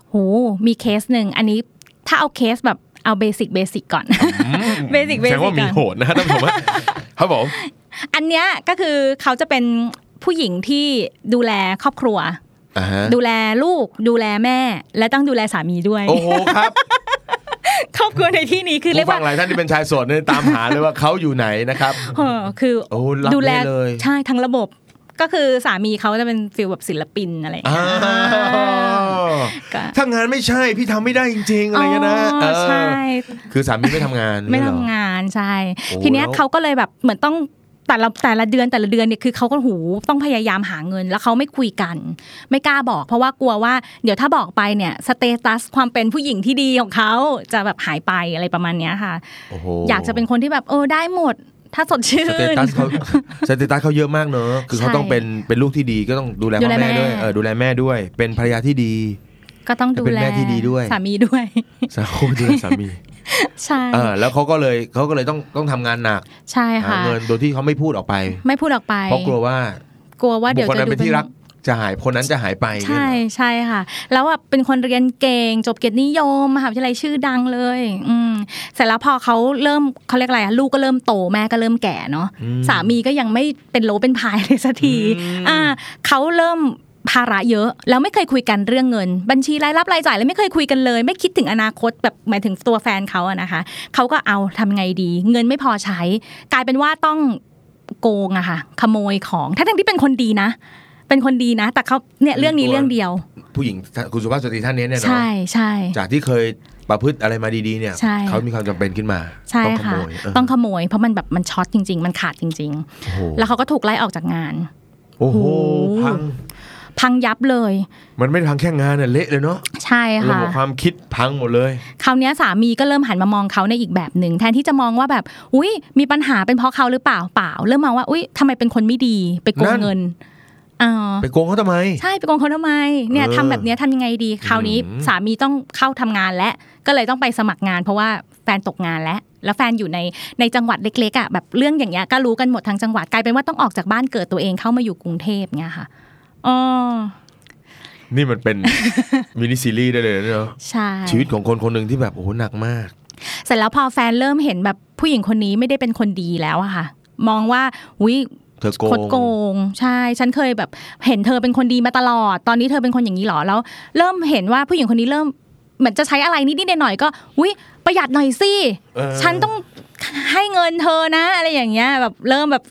S2: โหมีเคสหนึ่งอันนี้ถ้าเอาเคสแบบเอาเบสิกเบสิกก่อน เบสิกเบ
S1: แส
S2: สิ
S1: ด
S2: ก
S1: งว่ามี
S2: ก่อน
S1: โหดนะฮะท่านผู้ชมฮะครับผม
S2: อันเนี้ยก็คือเขาจะเป็นผู้หญิงที่ดูแลครอบครัว
S1: อ่าฮะ
S2: ดูแลลูก ดูแลแม่ และต้องดูแลสามีด้วย
S1: โอ้โหครับ
S2: ครอบครัวในที่นี้คือเรียก
S1: ผู้
S2: ว่า
S1: ฟังหลายท่านที่เป็นชายโสดเนี่ยตามหาเลยว่าเขาอยู่ไหนนะครับ
S2: เออคือ
S1: โอ้รับ
S2: ดูแล
S1: ได้เลย
S2: ใช่ทั้งระบบก็คือสามีเขาจะเป็นฟิลแบบศิลปินอะไรอย่าง
S1: อ้
S2: เงี้ย
S1: าว
S2: ก็
S1: ถ้างานไม่ใช่พี่ทำไม่ได้จริง ๆ อะไรเงี้ยนะ
S2: อ๋อ
S1: เออ
S2: ใช่
S1: คือสามีไม่ทำงาน
S2: ไม่
S1: เนี่ยเหรอ
S2: ทำงานใช่
S1: โอ้
S2: ทีเนี้ย
S1: แล้ว
S2: เขาก็เลยแบบเหมือนต้อง แต่ละแต่ละเดือนแต่ละเดือนเนี่ยคือเขาก็หูต้องพยายามหาเงิน แล้วเขาไม่คุยกัน ไม่กล้าบอก เพราะว่ากลัวว่าเดี๋ยวถ้าบอกไปเนี่ยสเตตัสความเป็นผู้หญิงที่ดีของเขาจะแบบหายไปอะไรประมาณเนี้ยค่ะ
S1: โโห
S2: อยากจะเป็นคนที่แบบเออได้หมด ถ้าสดชื่น
S1: สเตตัสเขาสเตตัสเขาเยอะมากเนอะคือเขา
S2: ใช่
S1: ต้องเป็นเป็นลูกที่ดีก็ต้องดูแล
S2: ดู
S1: พ่อ
S2: แล
S1: แม่ด้วย
S2: แม่
S1: เออดูแลแม่ด้วย เป็นภรรยาที่ ดี
S2: ก็ต้องดู
S1: เป็น
S2: แล
S1: แม่ที่ดีด้วย
S2: สามีด้วย
S1: สามีดูแลสามี
S2: ใช่
S1: เออแล้วเขาก็เลยเขาก็เลยต้องต้องทำงานหนัก
S2: ใช่
S1: หา
S2: ค่ะ
S1: เงินโดยที่เขาไม่พูดออกไป
S2: ไม่พูดออกไป
S1: เพราะกลัวว่าก
S2: ลัวว่า
S1: บุ
S2: เดี๋
S1: ค
S2: ยว
S1: คล
S2: จะ
S1: นั้น
S2: ดู
S1: เป็นที่รักจะหายคนนั้นจะหายไป
S2: ใช่ใช่ค่ะ แล้วอ่ะเป็นคนเรียนเก่งจบเกียรตินิยมมหาวิทยาลัยชื่อดังเลย อืมเสร็จแล้วพอเขาเริ่มเขาเรียกอะไรอ่ะลูกก็เริ่มโตแม่ก็เริ่มแก่เนาะ
S1: อืม
S2: สามีก็ยังไม่เป็นโลเป็นพายเลยสักที อ่าเขาเริ่มภาระเยอะ แล้วไม่เคยคุยกันเรื่องเงิน บัญชีรายรับรายจ่ายแล้วไม่เคยคุยกันเลย ไม่คิดถึงอนาคตแบบหมายถึงตัวแฟนเขาอะนะคะเขาก็เอาทำไงดี เงินไม่พอใช้ กลายเป็นว่าต้องโกงอะค่ะ ขโมยของทั้งๆที่เป็นคนดีนะ เป็นคนดีนะ แต่เขาเนี่ยเรื่องนี้
S1: เป็นตัว
S2: เรื่องเดียว
S1: ผู้หญิงคุณสุภาพสตรีท่านนี้เนี่ยเนอะ
S2: ใช่ใช่
S1: จากที่เคยประพฤติอะไรมาดีๆเนี่ย
S2: ใช่
S1: เขามีความจำเป็นขึ้นมา
S2: ใช่
S1: ต้องข
S2: ค่ะ
S1: โมยเออ
S2: ต้องขโมย เพราะมันแบบมันช็อตจริง ๆ มันขาดจริง
S1: โอ้โห
S2: ๆ แล้วเขาก็ถูกไล่ออกจากงาน
S1: โอ้โห
S2: โอ้โห
S1: พัง
S2: พังยับเลย
S1: มันไม่พังแค่งานน่ะเละเลยเนาะ
S2: ใช่
S1: ระ
S2: ค่ะ
S1: บบความคิดพังหมดเลย
S2: คราวเนี้ยสามีก็เริ่มหันมามองเขาในอีกแบบหนึ่งแทนที่จะมองว่าแบบ อุ้ยมีปัญหาเป็นเพราะเขาหรือเปล่าเปล่า เริ่มมองว่าอุ้ยทำไมเป็นคนไม่ดีไปโก
S1: นั่
S2: ง
S1: น
S2: เงินอ่า
S1: ไปโกงเขาทำไม
S2: ใช่ไปโกงเขาทำไมเนี่ย
S1: เออ
S2: ทำแบบเนี้ยทำยังไงดีคราวนี้
S1: อืม
S2: สามีต้องเข้าทำงานและก็เลยต้องไปสมัครงาน เพราะว่าแฟนตกงานแล้วแล้วแฟนอยู่ในในจังหวัดเล็กๆอ่ะแบบเรื่องอย่างเงี้ยก็รู้กันหมดทั้งจังหวัดกลายเป็นว่าต้องออกจากบ้านเกิดตัวเองเข้ามาอยู่กรุงเทพเงี้ยค่ะอ๋อ
S1: นี่มัน เป็น มินิซีรีส์ได้เลยเนาะ
S2: ใช่
S1: ชีวิตของคนคนหนึ่งที่แบบโอ้โหหนักมาก
S2: เสร็จแล้วพอแฟนเริ่มเห็นแบบผู้หญิงคนนี้ไม่ได้เป็นคนดีแล้วอะค่ะ มองว่าวิ
S1: เธอโก
S2: คดโก
S1: ง
S2: ง ใช่ ฉันเคยแบบเห็นเธอเป็นคนดีมาตลอด ตอนนี้เธอเป็นคนอย่างนี้เหรอแล้ว เริ่มเห็นว่าผู้หญิงคนนี้เริ่มเหมือนจะใช้อะไรนิดๆหน่อยๆก็วิประหยัดหน่อยสิ
S1: เออ
S2: ฉันต้องให้เงินเธอนะ อะไรอย่างเงี้ยแบบเริ่มแบบ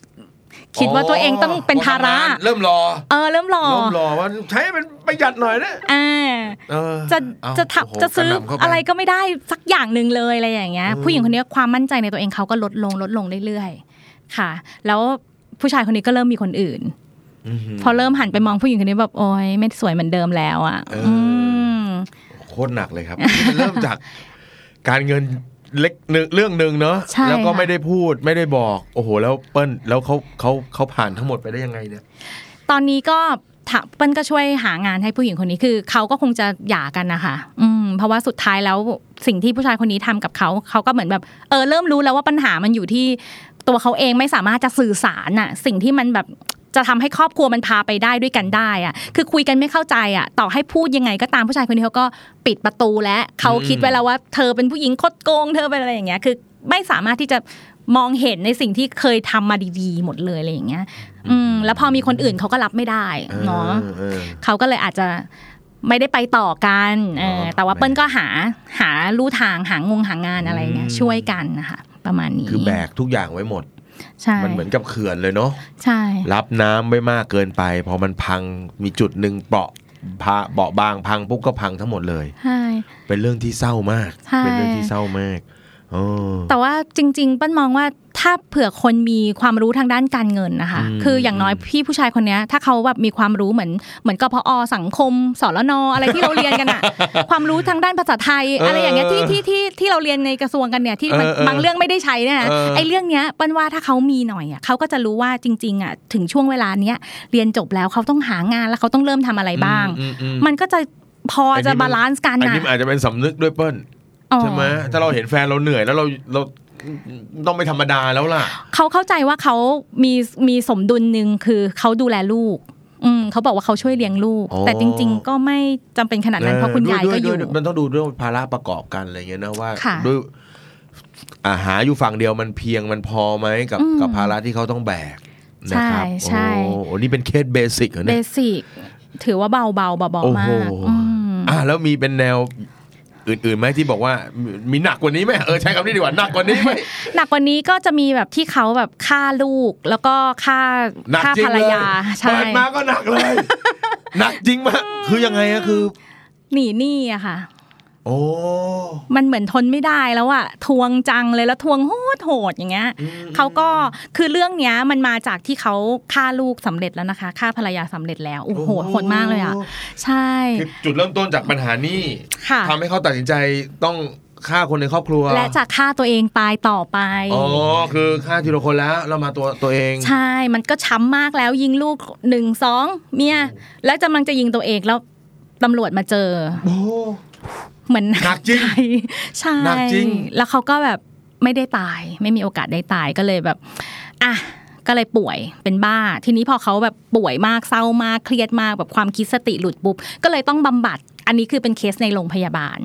S2: คิดว่าตัวเองต้องเป็นภาระ
S1: คนทำงนเริ่มรอ
S2: เออเริ่มรอ
S1: เริ่มรอว่าใช้เป็นประหยัดหน่อยนะ
S2: อ่า
S1: เออ
S2: จะ
S1: เอา
S2: จะ
S1: โโห
S2: ทำจะซื้อก
S1: หน่ำเข้าป
S2: อะไรก็ไม่ได้สักอย่างหนึ่งเลยอะไรอย่างเงี้ย
S1: อืม
S2: ผู้หญิงคนนี้ความมั่นใจในตัวเองเขาก็ลดลงลดลงเรื่อยๆค่ะ แล้วผู้ชายคนนี้ก็เริ่มมีคนอื่น
S1: อื้อหือ
S2: พอเริ่มหันไปมองผู้หญิงคนนี้แบบโอ๊ยไม่สวยเหมือนเดิมแล้วอ่ะ
S1: เอออื
S2: อืม
S1: โคตรหนักเลยครับ มันเริ่มจากการเงินเล็กหนึ่งเรื่องหนึ่งเนอะ
S2: ใช่
S1: แล้วก็
S2: ค่ะ
S1: ไม่ได้พูดไม่ได้บอก โอ้โห แล้วเปิ้ลแล้วเขาเขาเขาผ่านทั้งหมดไปได้ยังไงเนี่ย
S2: ตอนนี้ก็ถะเปิ้ลก็ช่วยหางานให้ผู้หญิงคนนี้คือเขาก็คงจะหย่ากันนะคะอืมเพราะว่าสุดท้ายแล้วสิ่งที่ผู้ชายคนนี้ทำกับเขาเขาก็เหมือนแบบเออเริ่มรู้แล้วว่าปัญหามันอยู่ที่ตัวเขาเองไม่สามารถจะสื่อสารน่ะสิ่งที่มันแบบจะทำให้ครอบครัวมันพาไปได้ด้วยกันได้อะคือคุยกันไม่เข้าใจอะต่อให้พูดยังไงก็ตามผู้ชายคนนี้เขาก็ปิดประตูและเขาคิดไว้แล้วว่า เธอเป็นผู้หญิงคดโกงเธอเป็นอะไรอย่างเงี้ยคือไม่สามารถที่จะมองเห็นในสิ่งที่เคยทำมาดีๆ หมดเลยอะไรอย่างเงี้ย อืมแล้วพอมีคนอื่นเขาก็รับไม่ได้เนาะ
S1: เออ
S2: เขาก็เลยอาจจะไม่ได้ไปต่อกันเออ
S1: อ๋อ
S2: แต่ว่าเปิ้ลก็หาหาลู่ทางหางงหางานอะไรเงี้ย
S1: อืม
S2: ช่วยกันนะคะประมาณนี้
S1: คือแบกทุกอย่างไว้หมด
S2: ใช่
S1: มันเหมือนกับเขื่อนเลยเนาะ
S2: ใช่
S1: รับน้ำไม่มากเกินไป พอมันพังมีจุดหนึ่งเปราะพะเบาะบางพังปุ๊บก็พังทั้งหมดเลย
S2: ใช่
S1: เป็นเรื่องที่เศร้ามาก
S2: ใช่
S1: เป็นเรื่องที่เศร้ามากโอ้
S2: แต่ว่าจริง ๆ เปิ้ลมองว่าถ้าเผื่อคนมีความรู้ทางด้านการเงินนะคะ
S1: อืม
S2: คืออย่างน้อยพี่ผู้ชายคนเนี้ยถ้าเขาแบบมีความรู้เหมือนเหมือนกพอสังคมสรนอะไรที่เราเรียนกัน อะ ความรู้ทางด้านภาษาไทย
S1: เอออ
S2: อะไรอย่างเงี้ยที่ที่ที่ที่เราเรียนในกระทรวงกันเนี่ยที่มัน
S1: เออเออบ
S2: างเรื่องไม่ได้ใช้เนี่ยนะ
S1: เออ
S2: ไอ้เรื่องเนี้ยเปิ้ลว่าถ้าเขามีหน่อยอะเขาก็จะรู้ว่าจริงๆอะถึงช่วงเวลาเนี้ยเรียนจบแล้วเขาต้องหางานแล้วเขาต้องเริ่มทำอะไรบ้าง
S1: อือือื
S2: มันก็จะพออน
S1: นี้
S2: จะ
S1: มัน
S2: บาลานซ์กัน
S1: อัน
S2: นะ
S1: นี้มันอาจจะเป็นสำนึกด้วยเปิ้ล
S2: อ๋อ
S1: ใช่ไหมถ้าเราเห็นแฟนเราเหนื่อยแล้วเราเราต้องไม่ธรรมดาแล้วล่ะ
S2: เขาเข้าใจว่าเขามีมีสมดุลหนึ่งคือเขาดูแลลูก อืมเขาบอกว่าเขาช่วยเลี้ยงลูก
S1: โอ้
S2: แต่จริง ๆ ก็ไม่จำเป็นขนาดนั้นเพราะคุ
S1: ด้วย
S2: ณาย
S1: ด้ว
S2: ก็อยู่
S1: ด้วยมันต้องดูเรื่องภาระประกอบกันอะไรเงี้ยนะว่า
S2: ค่ะ
S1: ด้วยอาหาอยู่ฝั่งเดียวมันเพียงมันพอไหมกับ
S2: อืม
S1: กับภาระที่เขาต้องแบกนะครับ
S2: ใช่
S1: โอ้
S2: ใช่
S1: โหนี่เป็นเคสเบสิกเหรอ
S2: เบ
S1: เนี่ย
S2: สิกถือว่าเบาๆเบาเบา
S1: โอ้
S2: ๆมา
S1: โห
S2: กอืม
S1: อ่ะแล้วมีเป็นแนวอื่นๆไหมที่บอกว่ามีมีหนักกว่านี้ไหมเออใช้คำนี้ดีกว่าหนักกว่านี้ไหม
S2: หนักกว่านี้ก็จะมีแบบที่เขาแบบฆ่าลูกแล้วก็ฆ่า
S1: หนัก
S2: ฆ่า
S1: จริง
S2: ภรร
S1: เลย
S2: ยาใช่
S1: เปิดมาก็ หนักเลย หนักจริงมากคือยังไงอะคือ
S2: หนีหนี้อะค่ะ
S1: โอ้
S2: มันเหมือนทนไม่ได้แล้วอะทวงจังเลยแล้วทวงโหดโหดๆอย่างเงี้ยเขาก็คือเรื่องเนี้ยมันมาจากที่เขาฆ่าลูกสำเร็จแล้วนะคะฆ่าภรรยาสำเร็จแล้วโอ้โหโหดโหดมากเลยอะใช่
S1: คือจุดเริ่มต้นจากปัญหานี้
S2: ค่ะ
S1: ทำให้เขาตัดสินใจต้องฆ่าคนในครอบครัว
S2: และจะฆ่าตัวเองตายต่อไป
S1: อ๋อคือฆ่าทีละคนแล้วเรามาตัวตัวเอง
S2: ใช่ มันก็ช้ำมากแล้วยิงลูกหนึ่งสองเมียแล้วกำลังจะยิงตัวเองแล้วตำรวจมาเจอ
S1: โอ้
S2: เหมือน
S1: หนักจริง
S2: ใช่ใช่
S1: หนักจริง
S2: แล้วเขาก็แบบไม่ได้ตาย ไม่มีโอกาสได้ตายก็เลยแบบอ่ะก็เลยป่วยเป็นบ้า ทีนี้พอเขาแบบป่วยมากเศร้ามากเครียดมากแบบความคิดสติหลุดปุ๊บก็เลยต้องบำบัด อันนี้คือเป็นเคสในโรงพยาบาล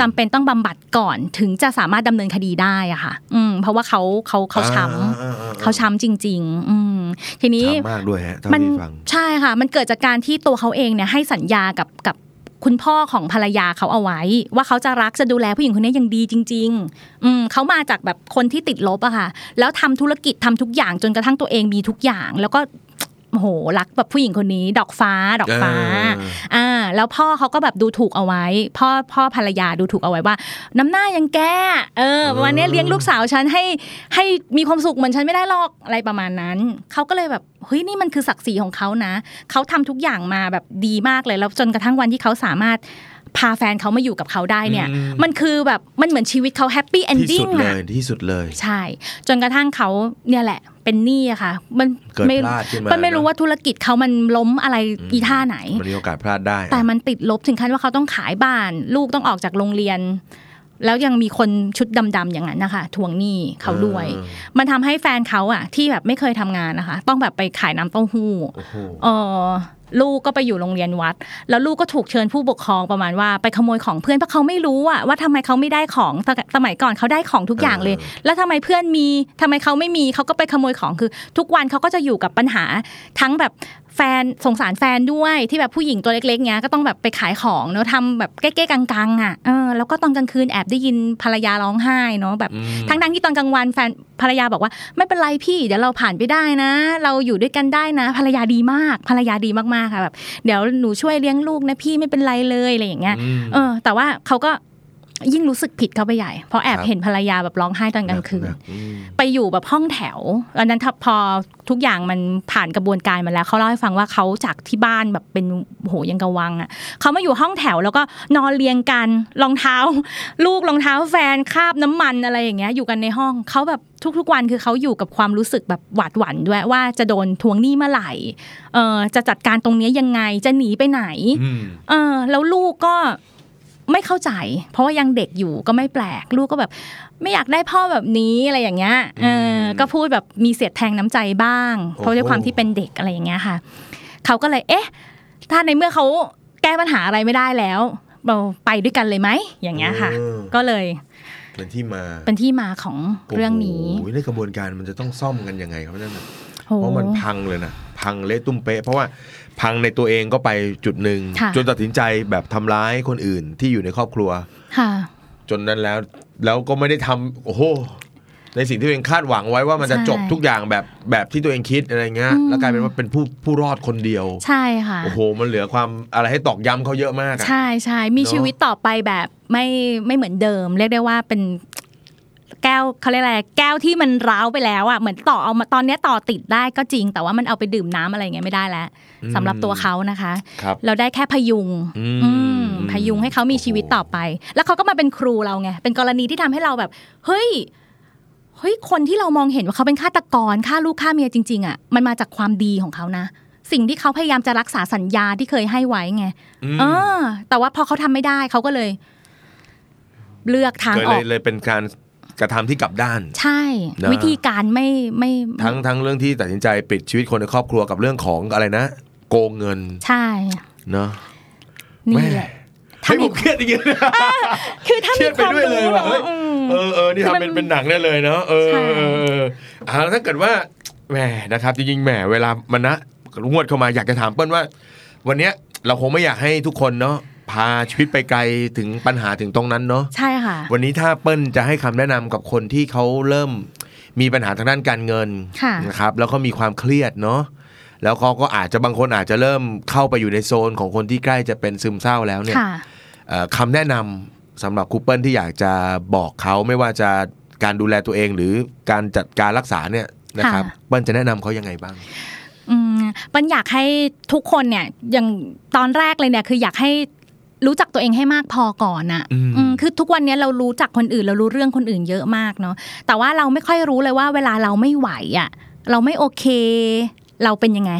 S2: จำเป็นต้องบำบัดก่อนถึงจะสามารถดำเนินคดีได้อะค่ะ อืม เพราะว่าเขาเขาเขาช้
S1: อ่อ่อ่
S2: ำเขาช้ำจริง ๆ อืมทีนี้
S1: ช้ำมากด้วยฮะเท่า
S2: มัน
S1: ที่ฟัง
S2: ใช่ค่ะ มันเกิดจากการที่ตัวเขาเองเนี่ยให้สัญญากับกับคุณพ่อของภรรยาเขาเอาไว้ ว่าเขาจะรักจะดูแลผู้หญิงคนนี้อย่างดีจริง ๆ อืมเขามาจากแบบคนที่ติดลบอะค่ะ แล้วทำธุรกิจทำทุกอย่างจนกระทั่งตัวเองมีทุกอย่าง แล้วก็โอ้โหรักแบบผู้หญิงคนนี้ ดอกฟ้า ดอกฟ้า อ่าแล้วพ่อเขาก็แบบดูถูกเอาไว้ พ่อพ่อภรรยาดูถูกเอาไว้ว่า น้ำหน้ายังแกเออประมาณเนี้ย
S1: เออ
S2: เลี้ยงลูกสาวฉันให้ให้มีความสุขเหมือนฉันไม่ได้หรอกอะไรประมาณนั้นเขาก็เลยแบบเฮ้ยนี่มันคือศักดิ์ศรีของเขานะเขาทำทุกอย่างมาแบบดีมากเลยแล้วจนกระทั่งวันที่เขาสามารถพาแฟนเขามาอยู่กับเขาได้เนี่ย มันคือแบบมันเหมือนชีวิตเขาแฮปปี้เอน
S1: ที่
S2: ดิ้
S1: สุ
S2: ง
S1: ดเล
S2: อะ
S1: ยที่สุดเลย
S2: ใช่ จนกระทั่งเขาเนี่ยแหละ เป็นหนี้อะค่ะ มัน
S1: เกิด
S2: ไม่
S1: พลาดขึ้นมา
S2: มันไม่รู้ว่าธุรกิจเขามันล้มอะไรอีท่าไหน
S1: มันมีโอกาสพลาดได้
S2: แต่มันติดลบถึงขั้นว่าเขาต้องขายบ้าน ลูกต้องออกจากโรงเรียน แล้วยังมีคนชุดดำๆอย่างนั้นนะคะทวงหนี้เขาด้วย
S1: ออ
S2: มันทำให้แฟนเขาอะที่แบบไม่เคยทำงานนะคะ ต้องแบบไปขายน้ำเต้าหู้
S1: โอ้โห
S2: เออลูกก็ไปอยู่โรงเรียนวัด แล้วลูกก็ถูกเชิญผู้ปกครองประมาณว่าไปขโมยของเพื่อนเพราะเขาไม่รู้อะว่าทำไมเขาไม่ได้ของสมสมัยก่อนเขาได้ของทุกอย่างเลย แล้วทำไมเพื่อนมีทำไมเขาไม่มีเขาก็ไปขโมยของคือ ทุกวันเขาก็จะอยู่กับปัญหา ทั้งแบบแฟนสงสารแฟนด้วยที่แบบผู้หญิงตัวเล็กๆเนี้ยก็ต้องแบบไปขายของเนอะทำแบบเก๊ๆกังๆอ่ะเออแล้วก็ตอนกลางคืนแอบได้ยินภรรยาร้องไห้เนาะแบบ
S1: อืม
S2: ทั้งๆที่ตอนกลางวันแฟนภรรยาบอกว่า ไม่เป็นไรพี่เดี๋ยวเราผ่านไปได้นะ เราอยู่ด้วยกันได้นะ ภรรยาดีมาก ภรรยาดีมากๆค่ะแบบเดี๋ยวหนูช่วยเลี้ยงลูกนะพี่ไม่เป็นไรเลยอะไรอย่างเงี้ย
S1: ม
S2: เออ แต่ว่าเขาก็ยิ่งรู้สึกผิดเข้าไปใหญ่เพราะแอบ
S1: ครับ
S2: เห็นภรรยาแบบร้องไห้ตอนกลางคื
S1: ห
S2: น
S1: นัอืม
S2: ไปอยู่แบบห้องแถวอันนั้นถ้าพอทุกอย่างมันผ่านกระบวนการมาแล้วเขาเล่าให้ฟังว่าเขาจากที่บ้านแบบเป็นโหยังกะวังอะ่ะเขามาอยู่ห้องแถวแล้วก็นอนเรียงกันรองเท้า ลูกรองเท้าแฟนคราบน้ำมันอะไรอย่างเงี้ยอยู่กันในห้องเขาแบบทุกๆวันคือเขาอยู่กับความรู้สึกแบบหวาดหวั่นด้วยว่าจะโดนทวงหนี้เมื่อไหร่เออจะจัดการตรงเนี้ยยังไงจะหนีไปไหน
S1: อืม
S2: เออแล้วลูกก็ไม่เข้าใจ เพราะว่ายังเด็กอยู่ก็ไม่แปลก ลูกก็แบบ ไม่อยากได้พ่อแบบนี้อะไรอย่างเงี้ยเออก็พูดแบบมีเสียดแทงน้ำใจบ้าง เพราะด้วยความที่เป็นเด็กอะไรอย่างเงี้ยค่ะเขาก็เลยเอ๊ะ ถ้าในเมื่อเขาแก้ปัญหาอะไรไม่ได้แล้ว เราไปด้วยกันเลยไหมอย่างเงี้ยค่ะ
S1: อืม
S2: ก็เลย
S1: เป็นที่มา
S2: เป็นที่มาของเรื่องนี้
S1: โอ้ยในกระบวนการมันจะต้องซ่อมกันยังไงครับนั่นน่ะ
S2: โอ้
S1: เพราะมันพังเลยนะพังเละตุ้มเป๊ะเพราะว่าพังในตัวเองก็ไปจุดหนึ่ง
S2: ค่ะ
S1: จนตัดสินใจแบบทำร้ายคนอื่นที่อยู่ในครอบครัว
S2: ค่ะ
S1: จนนั้นแล้วแล้วก็ไม่ได้ทำโอ้โหในสิ่งที่ตัวเองคาดหวังไว้ว่ามันจะ
S2: ใช่
S1: จบทุกอย่างแบบแบบที่ตัวเองคิดอะไรเงี้ย
S2: อืม
S1: แล้วกลายเป็นว่าเป็นผู้ผู้รอดคนเดียว
S2: ใช่ค่ะ
S1: โอ้โห มันเหลือความอะไรให้ตอกย้ำเขาเยอะมากอะ
S2: ใช่ใช่มี
S1: เนอะ
S2: ชีวิตต่อไปแบบไม่ไม่เหมือนเดิม เรียกได้ว่าเป็นแก้วเขาเรียกอะไรแก้วที่มันร้าวไปแล้วอ่ะเหมือนต่อเอามาตอนเนี้ยต่อติดได้ก็จริง แต่ว่ามันเอาไปดื่มน้ำอะไรอย่างเงี้ยไม่ได้แล้วสำหรับตัวเขานะคะ
S1: ครับ
S2: เราได้แค่พยุง
S1: อืม
S2: อืมพยุงให้เขามีชีวิตต่อไป แล้วเขาก็มาเป็นครูเราไงเป็นกรณีที่ทำให้เราแบบ เฮ้ยเฮ้ยคนที่เรามองเห็นว่าเขาเป็นฆาตกรฆ่าลูกฆ่าเมียจริง ๆอ่ะมันมาจากความดีของเขานะ สิ่งที่เขาพยายามจะรักษาสัญญาที่เคยให้ไว้ไง เออแต่ว่าพอเขาทำไม่ได้เขาก็เลย เลือกทาง
S1: เลยเล
S2: ออก
S1: ยเลยเป็นการกระทำที่กลับด้าน
S2: ใช่
S1: นะ
S2: วิธีการไม่ไม่
S1: ทั้งทั้งเรื่องที่ตัดสินใจปิดชีวิตคนในครอบครัวกับเรื่องของอะไรนะ โกงเงิน
S2: ใช่
S1: เนาะ
S2: นี่แหละ
S1: ให้ยผมเครียดอีกแล้ว
S2: คือถ้า
S1: เครี
S2: มี
S1: ยด
S2: ค
S1: ไปด้
S2: วาม
S1: วยเลย
S2: รู้
S1: ว่ะ
S2: เนาะ
S1: เฮ้ย
S2: อืม
S1: เออเออนี่
S2: คือ
S1: ทำ
S2: มัน
S1: เป็นเป็นหนังได้เลยเนาะเออ
S2: ใช่
S1: เออเอออ่าแล้วถ้าเกิดว่าแหมนะครับจริงๆแหมเวลามันนะงวดเข้ามาอยากจะถามเปิ้ลว่า วันเนี้ยเราคงไม่อยากให้ทุกคนเนาะพาชีวิตไปไกลถึงปัญหาถึงตรงนั้นเนาะ
S2: ใช่ค่ะ
S1: วันนี้ถ้าเปิ้ลจะให้คำแนะนำกับคนที่เขาเริ่มมีปัญหาทางด้านการเงิน
S2: ค่ะ
S1: นะครับ แล้วก็มีความเครียดเนาะแล้วเขาก็อาจจะบางคนอาจจะเริ่มเข้าไปอยู่ในโซนของคนที่ใกล้จะเป็นซึมเศร้าแล้วเนี่ย
S2: ค่ะ
S1: เอ่อคำแนะนำ สำหรับคูเปิลที่อยากจะบอกเขาไม่ว่าจะการดูแลตัวเองหรือการจัดการรักษาเนี่ยนะครับ
S2: ค่ะ
S1: เปิ้ลจะแนะนำเขายังไงบ้าง
S2: อืมปันอยากให้ทุกคนเนี่ยอย่างตอนแรกเลยเนี่ยคืออยากให้รู้จักตัวเองให้มากพอก่อนอะ
S1: อืม
S2: อืมคือทุกวันเนี้ยเรารู้จักคนอื่น เรารู้เรื่องคนอื่นเยอะมากเนาะแต่ว่าเราไม่ค่อยรู้เลยว่าเวลาเราไม่ไหวอะเราไม่โอเค เราเป็นยังไง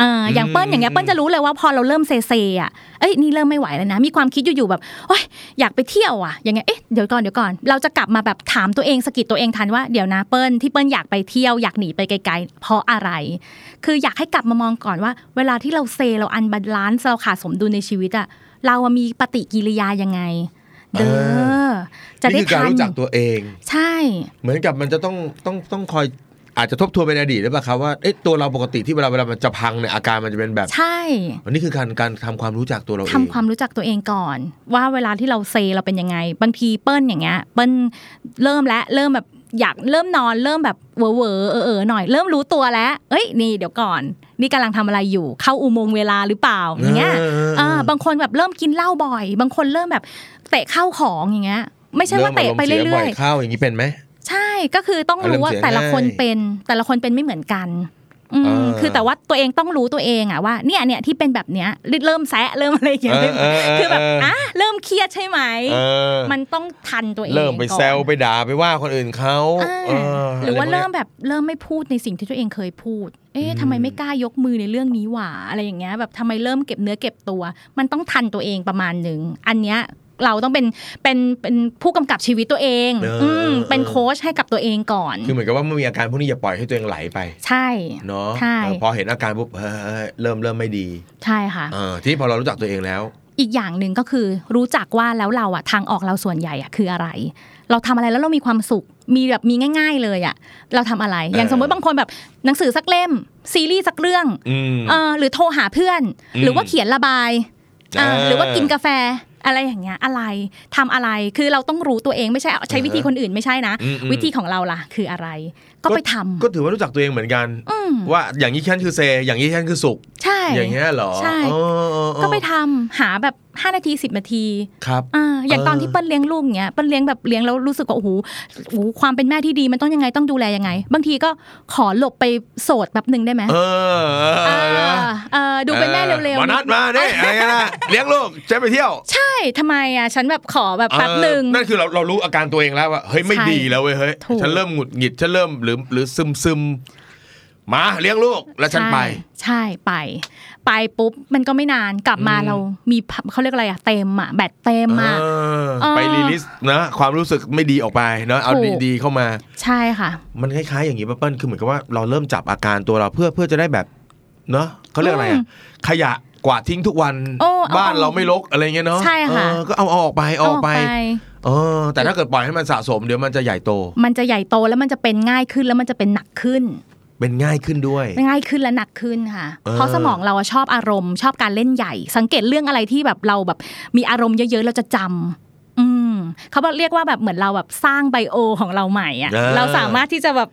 S2: เอ่ออย่างเปิ้ลอย่างเงี้ยเปิ้ลจะรู้เลยว่าพอเราเริ่มเซเซอะเอ้ยนี่เริ่มไม่ไหวแล้วนะ มีความคิดอยู่ๆแบบโอ๊ยอยากไปเที่ยวอะอย่างเงี้ยเอ๊ะเดี๋ยวก่อนเดี๋ยวก่อน เราจะกลับมาแบบถามตัวเองสะกิดตัวเองทันว่าเดี๋ยวนะเปิ้ลที่เปิ้ลอยากไปเที่ยวอยากหนีไปไกลๆเพราะอะไร คืออยากให้กลับมามองก่อนว่า เวลาที่เราเซเราอันบาลานซ์เราขาดสมดุลในชีวิตอะเราอะมีปฏิกิริยายังไง เด้
S1: เอ
S2: อจะได้
S1: นี่คืการ
S2: ทัน
S1: รู้จักตัวเอง
S2: ใช่
S1: เหมือนกับมันจะต้องต้องต้องคอยอาจจะทบทวนไปในอดีตหรือเปล่าครับว่าเอ๊ะตัวเราปกติที่เวลาเวลามันจะพังเนี่ยอาการมันจะเป็นแบบ
S2: ใช่
S1: อันนี้คือการการทำความรู้จักตัวเราเอง
S2: ทำความรู้จักตัวเองก่อน ว่าเวลาที่เราเซเราเป็นยังไง บางทีเปิ้ลอย่างเงี้ยเปิ้ลเริ่มแล้วเริ่มแบบอยากเริ่มนอนเริ่มแบบเหวอเวอเออเออหน่อยเริ่มรู้ตัวแล้วเอ้ยนี่เดี๋ยวก่อน นี่กำลังทำอะไรอยู่ เข้าอุโมงค์เวลาหรือเปล่าอย่างเงี้ย เออบางคนแบบเริ่มกินเหล้าบ่อย บางคนเริ่มแบบเตะเข้าของอย่างเงี้ย ไม่ใช่ว่าเตะไป
S1: ม
S2: เรื่
S1: บ่
S2: อย
S1: ยๆเข้าอย่างนี้เป็นไหม
S2: ๆ ใช่ก็คือต้องรู้ว่า
S1: อารมณ์เสีย
S2: แต่ละคน
S1: ง่าย
S2: เป็นแต่ละคนเป็นไม่เหมือนกันอืม
S1: เออ
S2: คือแต่ว่าตัวเองต้องรู้ตัวเองอะว่าเนี่ยเนี่ยที่เป็นแบบเนี้ยเริ่มแซะเริ่มอะไรอย่างเงี้ย
S1: เเ
S2: คือแบบ
S1: เ
S2: อ่ะเริ่มเครียดใช่ไหม
S1: เออ
S2: มันต้องทันตัวเอง
S1: เริ่มไป
S2: ก่อน
S1: แซวไปด่าไปว่าคนอื่นเขา
S2: อ่า
S1: เออ
S2: หรือว่า
S1: ะไพกนี้ย
S2: เริ่มแบบเริ่มไม่พูดในสิ่งที่ตัวเองเคยพูด เอ๊ะ
S1: อืม
S2: ทำไมไม่กล้ายกมือในเรื่องนี้หว่าอะไรอย่างเงี้ยแบบทำไมเริ่มเก็บเนื้อเก็บตัว มันต้องทันตัวเองประมาณหนึ่งอันเนี้ยเราต้องเป็นเป็นเป็นผู้กำกับชีวิตตัวเองมเป็นโค้ชให้กับตัวเองก่อน
S1: คือเหมือนกับว่าเมื่อมีอาการพวกนี้อย่าปล่อยให้ตัวเองไหลไป
S2: ใช่
S1: เนาะ
S2: ใช่
S1: เออพอเห็นอาการปุ๊บเฮ้ยเริ่มเริ่มไม่ดี
S2: ใช่ค่ะ
S1: เออที่พอเรารู้จักตัวเองแล้ว
S2: อีกอย่างหนึ่งก็คือรู้จักว่าแล้วเราอะทางออกเราส่วนใหญ่อะคืออะไร เราทำอะไรแล้วเรามีความสุขมีแบบมีง่าย ๆ เลยอะเราทำอะไร อย่าง
S1: เออ
S2: สมมติบางคนแบบหนังสือสักเล่ม ซีรีส์สักเรื่อง
S1: อืม
S2: เออหรือโทรหาเพื่อน
S1: อืม
S2: หรือว่าเขียนระบายอ่า
S1: เห
S2: รือว่ากินกาแฟอะไรอย่างเงี้ยอะไรทำอะไรคือเราต้องรู้ตัวเองไม่ใช่เอาใช้วิธีคนอื่นไม่ใช่นะ
S1: อืมอืม
S2: วิธีของเราล่ะคืออะไร ก็ไปทำ
S1: ก็ถือว่ารู้จักตัวเองเหมือนกัน
S2: อืม
S1: ว่าอย่างนี้ฉันคือเซ อย่างนี้ฉันคือสุข
S2: ใช่
S1: อย่างเงี้ยเหรอ
S2: ใช่
S1: เออเออเออ
S2: ก็ไปทำหาแบบ 5 นาที 10 นาที
S1: ครับ
S2: อ่าอย่างตอน
S1: เออ
S2: ที่เปิ้ลเลี้ยงลูกเงี้ยเปิ้ลเลี้ยงแบบเลี้ยงแล้วรู้สึกว่าโอ้โหโอ้โหความเป็นแม่ที่ดีมันต้องยังไงต้องดูแลยังไง บางทีก็ขอหลบไปโสดแบบหนึ่งได้ไหม
S1: เออเออเนอะ
S2: าเออดูเป็นแม่เร็ว
S1: มานัดมาเนี่ยอะไรเงี้ยนะเลี้ยงลูกฉันไปเที่ยว
S2: ๆใช่ทำไมอ่ะฉันแบบขอแบบแป๊บ
S1: เออ
S2: หนึ่ง
S1: นั่นคือเราเรารู้อาการตัวเองแล้วว่าเฮ้ยไม่
S2: ใช่
S1: ดีแล้วเว้ยเฮ้ย
S2: ถูก
S1: ฉันเริ่มหงุดหงิดฉันเริ่มหรือหรือซึมซึมมาเลี้ยงลูกแล้วฉันไป
S2: ใช่ใช่ไป ไปปุ๊บมันก็ไม่นานกลับมา
S1: อืม
S2: เรามีพับเขาเรียกอะไรอ่ะเต็มอ่ะแบตเต็มอ่ะ
S1: เออ
S2: เออ
S1: ไปรีลิสนะความรู้สึกไม่ดีออกไปเนอะเอา
S2: ถูก
S1: ดีๆเข้ามา
S2: ใช่ค่ะ
S1: มันคล้ายๆอย่างนี้ป่ะเปิ้ลคือเหมือนกับว่าเราเริ่มจับอาการตัวเราเพื่อเพื่อจะได้แบบเนาะเขาเรียกอะไร
S2: อื
S1: อะ
S2: ม
S1: ขยะกวาดทิ้งทุกวัน
S2: โอ้เอา
S1: บ้านเราไม่รกอะไรเงี้ยเนาะ
S2: ใช่ค่ะ
S1: เออก็เอาเอาออกไปเอาออกไปเออแต่ถ้าเกิดปล่อยให้มันสะสมเดี๋ยวมันจะใหญ่โต
S2: มันจะใหญ่โตแล้วมันจะเป็นง่ายขึ้นแล้วมันจะเป็นหนักขึ้น
S1: เป็นง่ายขึ้นด้วย
S2: ง่ายขึ้นและหนักขึ้นค่ะ
S1: เออ
S2: เพราะสมองเราอะชอบอารมณ์ ชอบการเล่นใหญ่ สังเกตเรื่องอะไรที่แบบเราแบบมีอารมณ์เยอะๆ เราจะจำอืมเขาบอกเรียกว่าแบบเหมือนเราแบบสร้างไบโอของเราใหม่อะ
S1: อ่า
S2: เราสามารถที่จะแบบ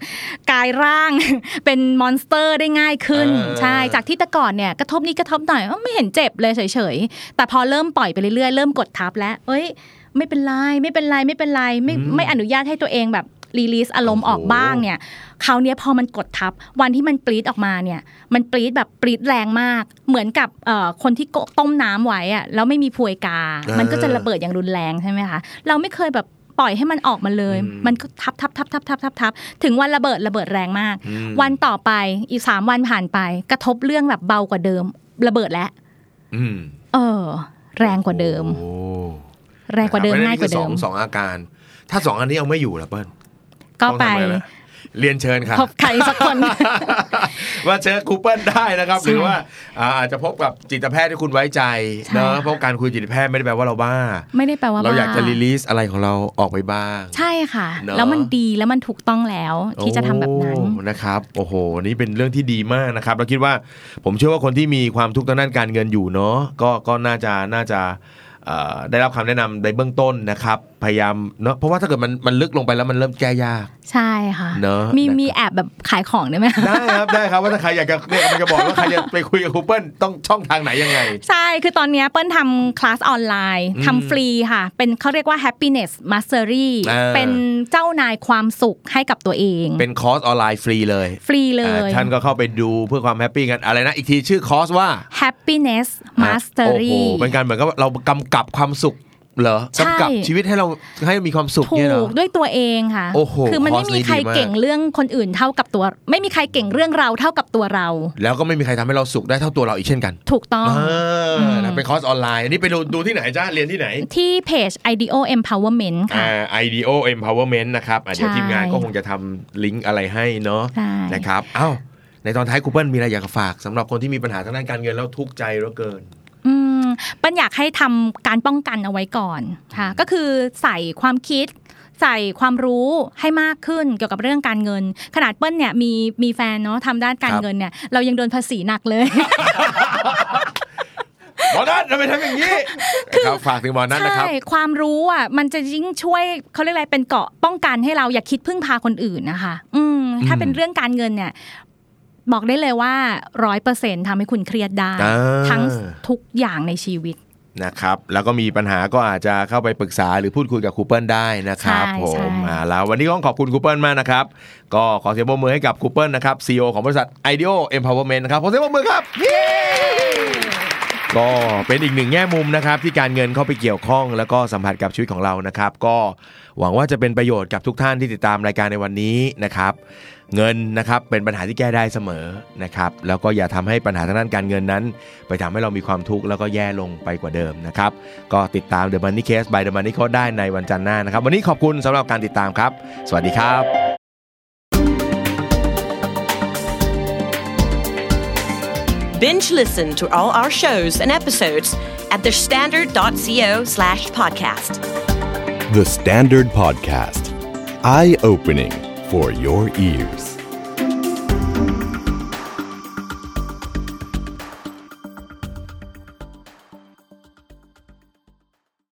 S2: กลายร่าง เป็นมอนสเตอร์ได้ง่ายขึ้น
S1: เออ
S2: ใช่จากที่แต่ก่อนเนี่ยกระทบนี้กระทบหน่อยเอ้าไม่เห็นเจ็บเลยเฉยๆ แต่พอเริ่มปล่อยไปเรื่อยๆ เริ่มกดทับแล้ว เอ้ย ไม่เป็นไรไม่เป็นไรไม่เป็นไรไม่ไม่อนุญาตให้ตัวเองแบบรีลีสอารมณ์ออกบ้างเนี่ยคราวเนี้ยพอมันกดทับวันที่มันปรีดออกมาเนี่ย มันปรีดแบบปรีดแรงมาก เหมือนกับเอ่อคนที่โกะต้มน้ำไว้อะแล้วไม่มีพวยกา
S1: อ่ามั
S2: มันก็จะระเบิดอย่างรุนแรงใช่ไหมคะเราไม่เคยแบบปล่อยให้มันออกมาเลย
S1: อืม
S2: มันก็ทับทับทับทับทับทับทับถึงวันระเบิดระเบิดแรงมาก
S1: อืม
S2: วันต่อไปอีกสามวันผ่านไป กระทบเรื่องแบบเบากว่าเดิม ระเบิดแล้ว
S1: อืม
S2: เออ แรงกว่าเดิม
S1: โอ้
S2: แรงกว่าเดิม
S1: นะครับ
S2: ง่ายกว่าเดิม
S1: อันนี้คือสองสองอาการ ถ้าสองอันนี้เอาไม่อยู่ละเปิ้ล
S2: ก็
S1: ต้อง
S2: ไป
S1: ทำอะรล่ะเรียนเชิญครับ
S2: พบใครสักคน
S1: ว่าเจอครูเปิ้ลได้นะครับ
S2: ใช่
S1: หรือว่าอ่าอาจจะพบกับจิตแพทย์ที่คุณไว้ใจ
S2: ใช่
S1: เนาะ
S2: ค่ะ
S1: เพราะการคุยจิตแพทย์ไม่ได้แปลว่าเราบ้า
S2: ไม่ได้แปลว่า
S1: เราอยากจะ
S2: บ้
S1: รีลีสอะไรของเราออกไปบ้าง
S2: ใช่ค่ะ
S1: เนอะ
S2: แล้วมันดีแล้วมันถูกต้องแล้วที่จะทำแบบนั้น
S1: โอ้นะครับ โอ้โห นี่เป็นเรื่องที่ดีมากนะครับ เราคิดว่าผมเชื่อว่าคนที่มีความทุกข์ทางด้านการเงินอยู่เนาะก็ก็น่าจะน่าจะเอ่อได้รับคำแนะนำในเบื้องต้นนะครับ พยายามเนาะเพราะว่าถ้าเกิดมันมันลึกลงไปแล้วมันเริ่มแก้ยาก
S2: ใช่ค่ะ
S1: เนอะ
S2: มี
S1: นะครับ
S2: มีแอบแบบขายของได้ไหม
S1: ได้ครับได้ครับว่าถ้าใครอยากจะเนี่ยมันจะบอกว่าใครจะไปคุยกับครูเปิ้ลต้องช่องทางไหนยังไง
S2: ใช่ คือตอนเนี้ยเปิ้ลทำคลาสออนไลน์
S1: อืม
S2: ทำฟรีค่ะ เป็นเขาเรียกว่า happiness mastery
S1: เออ
S2: เป็นเจ้านายความสุขให้กับตัวเอง
S1: เป็นคอร์สออนไลน์ฟรีเลย
S2: ฟรีเล
S1: อ่าย ท่านก็เข้าไปดูเพื่อความแฮปปี้กันอะไรนะอีกทีชื่อคอร์สว่า
S2: happiness
S1: โอ้โห
S2: mastery
S1: เป็นการเหมือนกับเรากำกับความสุขเหรอ
S2: ใช่
S1: กำกับชีวิตให้เราให้มีความสุข
S2: ถู
S1: เนี่ยเหรอ
S2: กด้วยตัวเองค่ะ
S1: โอ้โห
S2: คือมัน
S1: คอร์ส
S2: ไม่มี
S1: นี้
S2: ใคร
S1: ดีมาก
S2: เก่งเรื่องคนอื่นเท่ากับตัว ไม่มีใครเก่งเรื่องเราเท่ากับตัวเรา
S1: แล้วก็ไม่มีใครทำให้เราสุขได้เท่าตัวเราอีกเช่นกัน
S2: ถูกต้อง
S1: เออ
S2: ม
S1: นะเป็นคอร์สออนไลน์อันนี้ไปดูดูที่ไหนจ้าเรียนที่ไหน
S2: ที่เพจ ideo empowerment ค่ะ
S1: อ่า IDEO Empowerment นะครับอ่ะเดี๋ยว
S2: ใช่
S1: ทีมงานก็คงจะทำลิงก์อะไรให้เนาะ
S2: ใช่
S1: นะครับเอ้าในตอนท้ายครูเปิ้ลมีอะไรอยากจะฝากสำหรับคนที่มีปัญหาทางด้านการเงินแล้วทุกข์ใจเหลือเกิน
S2: อืมปันอยากให้ทำการป้องกันเอาไว้ก่อนค่ะ ก็คือใส่ความคิด ใส่ความรู้ให้มากขึ้นเกี่ยวกับเรื่องการเงิน ขนาดเปิ้ลเนี่ยมีมีแฟนเนาะทำด้านการ
S1: ครับ
S2: เงินเนี่ยเรายังโดนภาษีหนักเลย
S1: หมอนัททำไมทำอย่าง นี้นะครับฝากถึงหมอนัทนะครับ
S2: ใช่ ความรู้อ่ะมันจะยิ่งช่วยเขาเรียกอะไรเป็นเกราะป้องกันให้เราอย่าคิดพึ่งพาคนอื่นนะคะ อืม ถ้า
S1: อืม
S2: เป็นเรื่องการเงินเนี่ย บอกได้เลยว่าร้อยเปอร์เซ็นทำให้คุณเครียดได้
S1: อ่า
S2: ทั้งทุกอย่างในชีวิต
S1: นะครับ แล้วก็มีปัญหาก็อาจจะเข้าไปปรึกษาหรือพูดคุยกับครูเปิ้ลได้นะครับ
S2: ใช่
S1: ผ
S2: ใช่
S1: มมาแล้ววันนี้ก็ต้องขอบคุณครูเปิ้ลมากนะครับ ก็ขอเสียงปรบมือให้กับครูเปิ้ลนะครับ CEO ของบริษัท IDEO Empowerment นะครับขอเสียงปรบมือครับ ก็เป็นอีกหนึ่งแง่มุมนะครับที่การเงินเข้าไปเกี่ยวข้องแล้วก็สัมผัสกับชีวิตของเรานะครับ ก็หวังว่าจะเป็นประโยชน์กับทุกท่านที่ติดตามรายการในวันนี้นะครับ เงินนะครับเป็นปัญหาที่แก้ได้เสมอนะครับ แล้วก็อย่าทำให้ปัญหาทางด้านการเงินนั้น ไปทำให้เรามีความทุกข์แล้วก็แย่ลงไปกว่าเดิมนะครับ ก็ติดตาม The Money Case by The Money Code ได้ในวันจันทร์หน้านะครับ วันนี้ขอบคุณสำหรับการติดตามครับ สวัสดีครับ
S3: Binge listen to all our shows and episodes at thestandard.co slash podcast.
S4: The Standard Podcast, eye opening for your ears.